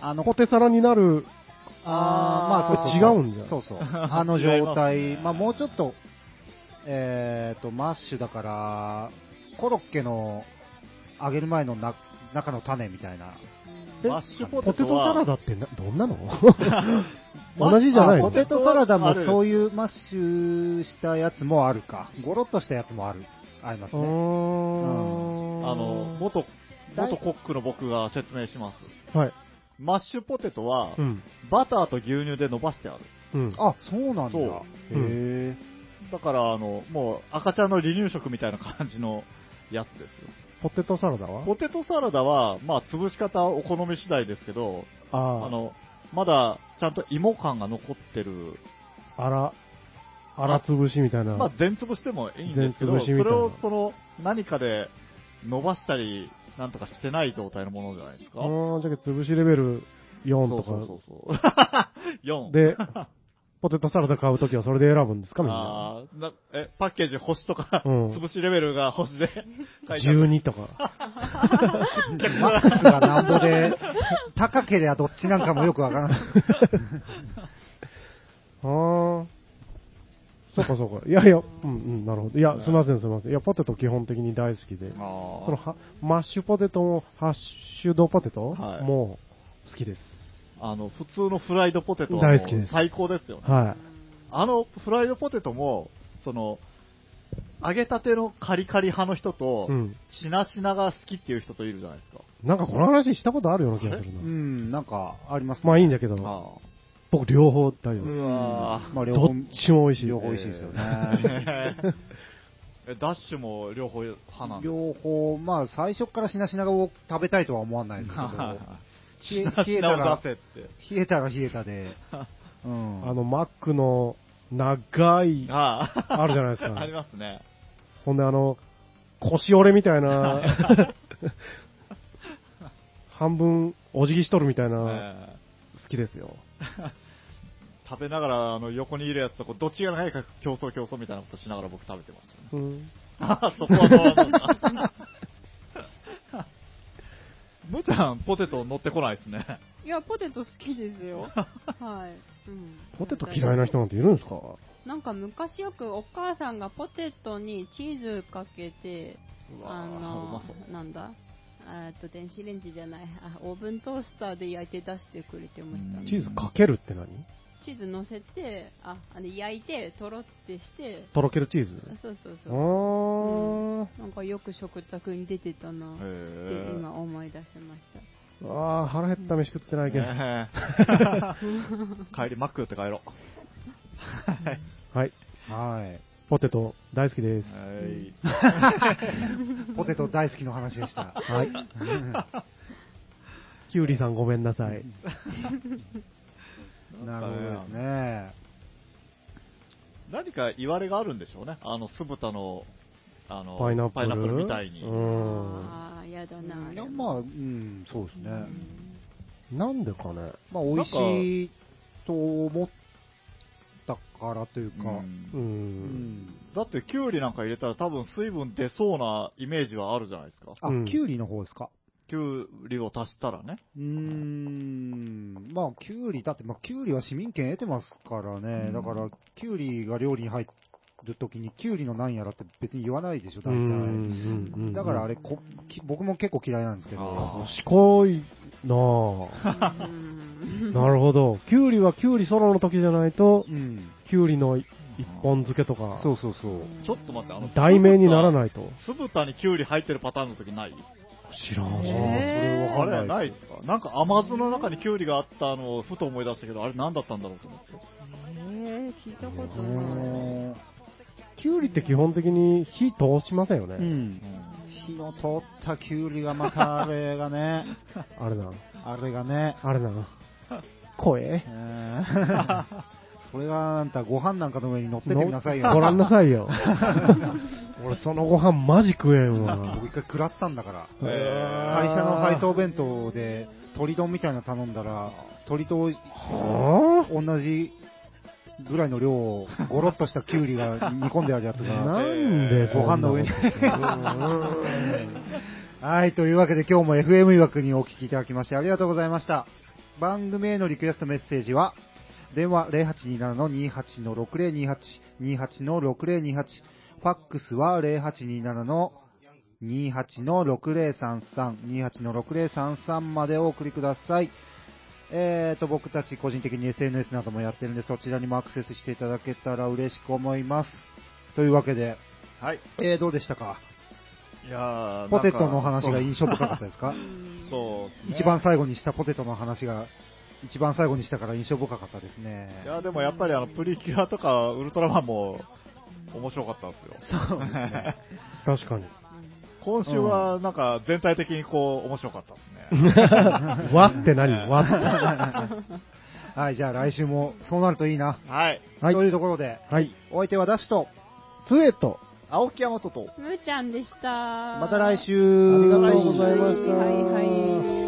Speaker 1: ト。あの、
Speaker 4: ポテサラになる、
Speaker 1: あーまあそう
Speaker 4: 違うんじゃん
Speaker 1: そうそう。
Speaker 2: (laughs)
Speaker 1: あの状態、
Speaker 2: 違いますね
Speaker 1: まあもうちょっと、えっ、と、マッシュだから、コロッケの揚げる前のな中の種みたいな。
Speaker 4: え
Speaker 2: マッシュポ
Speaker 4: ポ
Speaker 2: テ
Speaker 4: テ
Speaker 2: ト
Speaker 4: トサ
Speaker 2: は
Speaker 4: ラダってなどんなの
Speaker 2: マッ
Speaker 4: 同じじゃない
Speaker 1: あポ
Speaker 4: の
Speaker 1: テトサラダも
Speaker 2: ある
Speaker 1: そういうマッシュしたやつもあるか。ゴロッとしたやつもある。あります
Speaker 4: うー
Speaker 1: ね。
Speaker 4: ん
Speaker 2: あの、元、
Speaker 1: 大
Speaker 2: 元コックの僕が説明します。
Speaker 4: はい。
Speaker 2: マッシュポテトは、
Speaker 4: うん。
Speaker 2: バターと牛乳で伸ばしてある。
Speaker 4: うん。
Speaker 1: あ、そうなんだ。
Speaker 2: そう
Speaker 1: へえ。
Speaker 2: だから、あの、もう赤ちゃんの離乳食みたいな感じのやつですよ。
Speaker 4: ポテトサラダは
Speaker 2: ポテトサラダは、まあ、潰し方はお好み次第ですけど、
Speaker 4: あ
Speaker 2: あ
Speaker 4: あ
Speaker 2: の、まだ、ちゃんと芋感が残ってる。
Speaker 4: あら、あら潰しみたいな。
Speaker 2: まあ、全潰してもいいんですけど、
Speaker 4: 全潰
Speaker 2: そ
Speaker 4: しみたいな
Speaker 2: れを、その、何かで伸ばしたり、なんとかしてない状態のものじゃないですか。
Speaker 4: うーん、じゃあ潰しレベル4
Speaker 2: そう
Speaker 4: と
Speaker 2: そう
Speaker 4: か
Speaker 2: そうそう。4。
Speaker 4: で、ポテトサラダ買うときはそれで選ぶんですかみんな。
Speaker 2: あーなえ、パッケージ星とか、
Speaker 4: うん
Speaker 2: 潰しレベルが星で書いてある。
Speaker 4: 12とか。
Speaker 2: (laughs)
Speaker 1: マックスがなんぼで、 (laughs) 高ければどっちなんかもよくわからない。
Speaker 4: あー。そうかそうか。いやいや、うんうん、なるほど。いや、すいませんすいません。いや、ポテト基本的に大好きで。
Speaker 2: あー
Speaker 4: そのは、マッシュポテトも、ハッシュドポテト
Speaker 2: はい
Speaker 4: もう、好きです。
Speaker 2: あの、普通のフライドポテトは
Speaker 4: 大好きです
Speaker 2: 最高ですよね。
Speaker 4: は
Speaker 2: あのフライドポテトも、その、揚げたてのカリカリ派の人と
Speaker 4: い。う、ん。
Speaker 2: しなしなが好きっていう人といるじゃないですか。
Speaker 4: なんかこの話したことあるような気がする
Speaker 1: う
Speaker 4: な。
Speaker 1: ん、なんかありますね。
Speaker 4: まあいいんだけど、
Speaker 2: あ
Speaker 4: 僕両方大丈夫です。
Speaker 2: うわ
Speaker 1: まあ、両
Speaker 4: どっ
Speaker 1: 方、
Speaker 4: ちも美味しい。
Speaker 1: 両方美味しいですよね。
Speaker 2: ー (laughs) えダッシュも両方派なんです
Speaker 1: 両方、まあ、最初からしなしなを食べたいとは思わない
Speaker 2: (laughs)
Speaker 1: ですけど、
Speaker 2: か
Speaker 1: 冷え
Speaker 2: 品
Speaker 1: 冷えた
Speaker 2: 々を
Speaker 1: ら、
Speaker 2: 出せって。
Speaker 1: 冷えたら冷えたで、
Speaker 2: (laughs)
Speaker 1: うん。
Speaker 4: あの、マックの長い、
Speaker 2: ああ。
Speaker 4: あるじゃないですか
Speaker 2: ありますね。
Speaker 4: ほんであの、腰折れみたいな、半分お辞儀しとるみたいな、
Speaker 2: え
Speaker 4: 好きですよ。
Speaker 2: ー食べながら、あの、横にいるやつとこう、どっちが早いか競争競争みたいなことしながら僕食べてました
Speaker 4: (laughs)
Speaker 2: ね。
Speaker 4: うん
Speaker 2: あーそこはそうなんだ。むーちゃん、ポテト乗ってこないですね。
Speaker 3: いや、ポテト好きですよ。はい。うん、
Speaker 4: ポテト嫌いな人なんているんですか
Speaker 3: なんか昔よくお母さんがポテトにチーズかけて、
Speaker 2: うわ
Speaker 3: (laughs) あ
Speaker 2: ーう
Speaker 3: の
Speaker 2: まそう。
Speaker 3: なんだえっと、電子レンジじゃない。あ、オーブントースターで焼いて出してくれてました
Speaker 4: チ
Speaker 3: ね。
Speaker 4: ーズかけるって何
Speaker 3: チーズ乗せて、あ、あの焼いて、とろってして、
Speaker 4: とろけるチーズ
Speaker 3: あそうそう
Speaker 4: あ
Speaker 3: そう。
Speaker 4: ー
Speaker 3: なんかよく食卓に出てたなって
Speaker 2: へー
Speaker 3: 今思い出しました。
Speaker 4: あー、腹減った飯食ってないけど。
Speaker 2: ねえ帰り、マック寄って帰ろう。
Speaker 4: はい。
Speaker 1: はい。
Speaker 4: ポテト大好きです。
Speaker 2: はい。
Speaker 1: ポテト大好きの話でした。
Speaker 4: はい。キュウリさんごめんなさい。
Speaker 1: なるほどですね。
Speaker 2: 何か言われがあるんでしょうね。あの、酢豚の、あの、
Speaker 4: パイナップル。
Speaker 2: みたいに。
Speaker 4: うん。
Speaker 3: ああ、やだな。あ
Speaker 1: い
Speaker 3: れ
Speaker 1: や
Speaker 3: は
Speaker 1: まあ、うん、そうですね。
Speaker 4: (laughs)
Speaker 3: うん
Speaker 4: なんでかね。
Speaker 1: まあ、美味しいと思ったからという
Speaker 2: う
Speaker 1: か、
Speaker 2: ん
Speaker 4: う。
Speaker 1: うんん。
Speaker 2: だって、キュウリなんか入れたら多分水分出そうなイメージはあるじゃないですか。
Speaker 1: あ、
Speaker 4: うん
Speaker 1: キュウリの方ですか。
Speaker 2: キュウリを足したらね。
Speaker 1: うーん、まあ、キュウリ、だって、まあ、キュウリは市民権得てますからね、
Speaker 2: うん
Speaker 1: だから、キュウリが料理に入るときに、キュウリのなんやらって別に言わないでしょ、大
Speaker 4: う
Speaker 1: 体。
Speaker 4: んうん
Speaker 1: だからあ
Speaker 4: れ。
Speaker 1: れこ、き僕も結構嫌いなんですけど、
Speaker 4: 賢いなぁ。
Speaker 3: うん
Speaker 4: なるほど。キュウリはキュウリソロの時じゃないと
Speaker 1: う、ん、
Speaker 4: キュウリの一本漬けとか、
Speaker 1: そうそうそう。
Speaker 2: ちょっと待って、あの、
Speaker 4: 題名にならないと。
Speaker 2: 酢豚にキュウリ入ってるパターンの時ない
Speaker 4: 知らん、
Speaker 3: へ
Speaker 4: 知
Speaker 3: ー
Speaker 4: らん。
Speaker 3: え
Speaker 2: あれないですかなんか甘酢の中にキュウリがあったのをふと思い出したけど、あれ何だったんだろうと思って。
Speaker 3: えー、聞いたことない。
Speaker 1: う
Speaker 4: キュウリって基本的に火通しませんよね。
Speaker 1: ん。火の通ったキュウリがまたあれがね、
Speaker 4: あれな。
Speaker 1: あれがね、
Speaker 4: あれな。声
Speaker 1: えー (laughs) それがあんたご飯なんかの上に乗っててみなさいよ。
Speaker 4: (laughs) ご覧なさいよ。 (laughs) 俺そのご飯マジ食え
Speaker 1: (laughs)
Speaker 4: んわ
Speaker 1: 僕。一回食らったんだから。
Speaker 2: え
Speaker 1: 会社の配送弁当で鳥丼みたいなの頼んだら鳥と
Speaker 4: は
Speaker 1: 同じぐらいの量をゴロッとしたキュウリが煮込んであるやつ
Speaker 4: ぁ (laughs)
Speaker 1: が
Speaker 4: なんで
Speaker 1: ご飯の上にはいというわけで今日も FM いわくにお聞きいただきましてありがとうございました番組へのリクエストメッセージは電話0827-28-6028 28-6028ファックスは0827の28の6033、28の6033までお送りください。えーと、僕たち個人的に SNS などもやってるんで、そちらにもアクセスしていただけたら嬉しく思います。というわけで、
Speaker 2: はい。
Speaker 1: えー、どうでしたか
Speaker 2: いやー
Speaker 1: ポテトの話が印
Speaker 2: 象。
Speaker 1: 象深かったですか
Speaker 2: そうですね
Speaker 1: 一番最後にしたポテトの話が、一番最後にしたから印象深かったですね。
Speaker 2: いや、でもやっぱりあの、プリキュアとか、ウルトラマンも、面白かったんですよ。そうですね。
Speaker 4: 確かに。
Speaker 2: 今週は、なんか、全体的にこう、面白かったです (laughs) ね。
Speaker 4: わって何わっ
Speaker 1: はい、じゃあ来週もそうなるといいな。
Speaker 2: はい。
Speaker 4: はい
Speaker 1: というところで、
Speaker 4: て。はい。
Speaker 1: お相手はダッシュと、
Speaker 4: ツエと。
Speaker 2: 青木大和と、
Speaker 3: むーちゃんでした。
Speaker 1: また来週。
Speaker 4: ありがとうございました
Speaker 3: はいはい。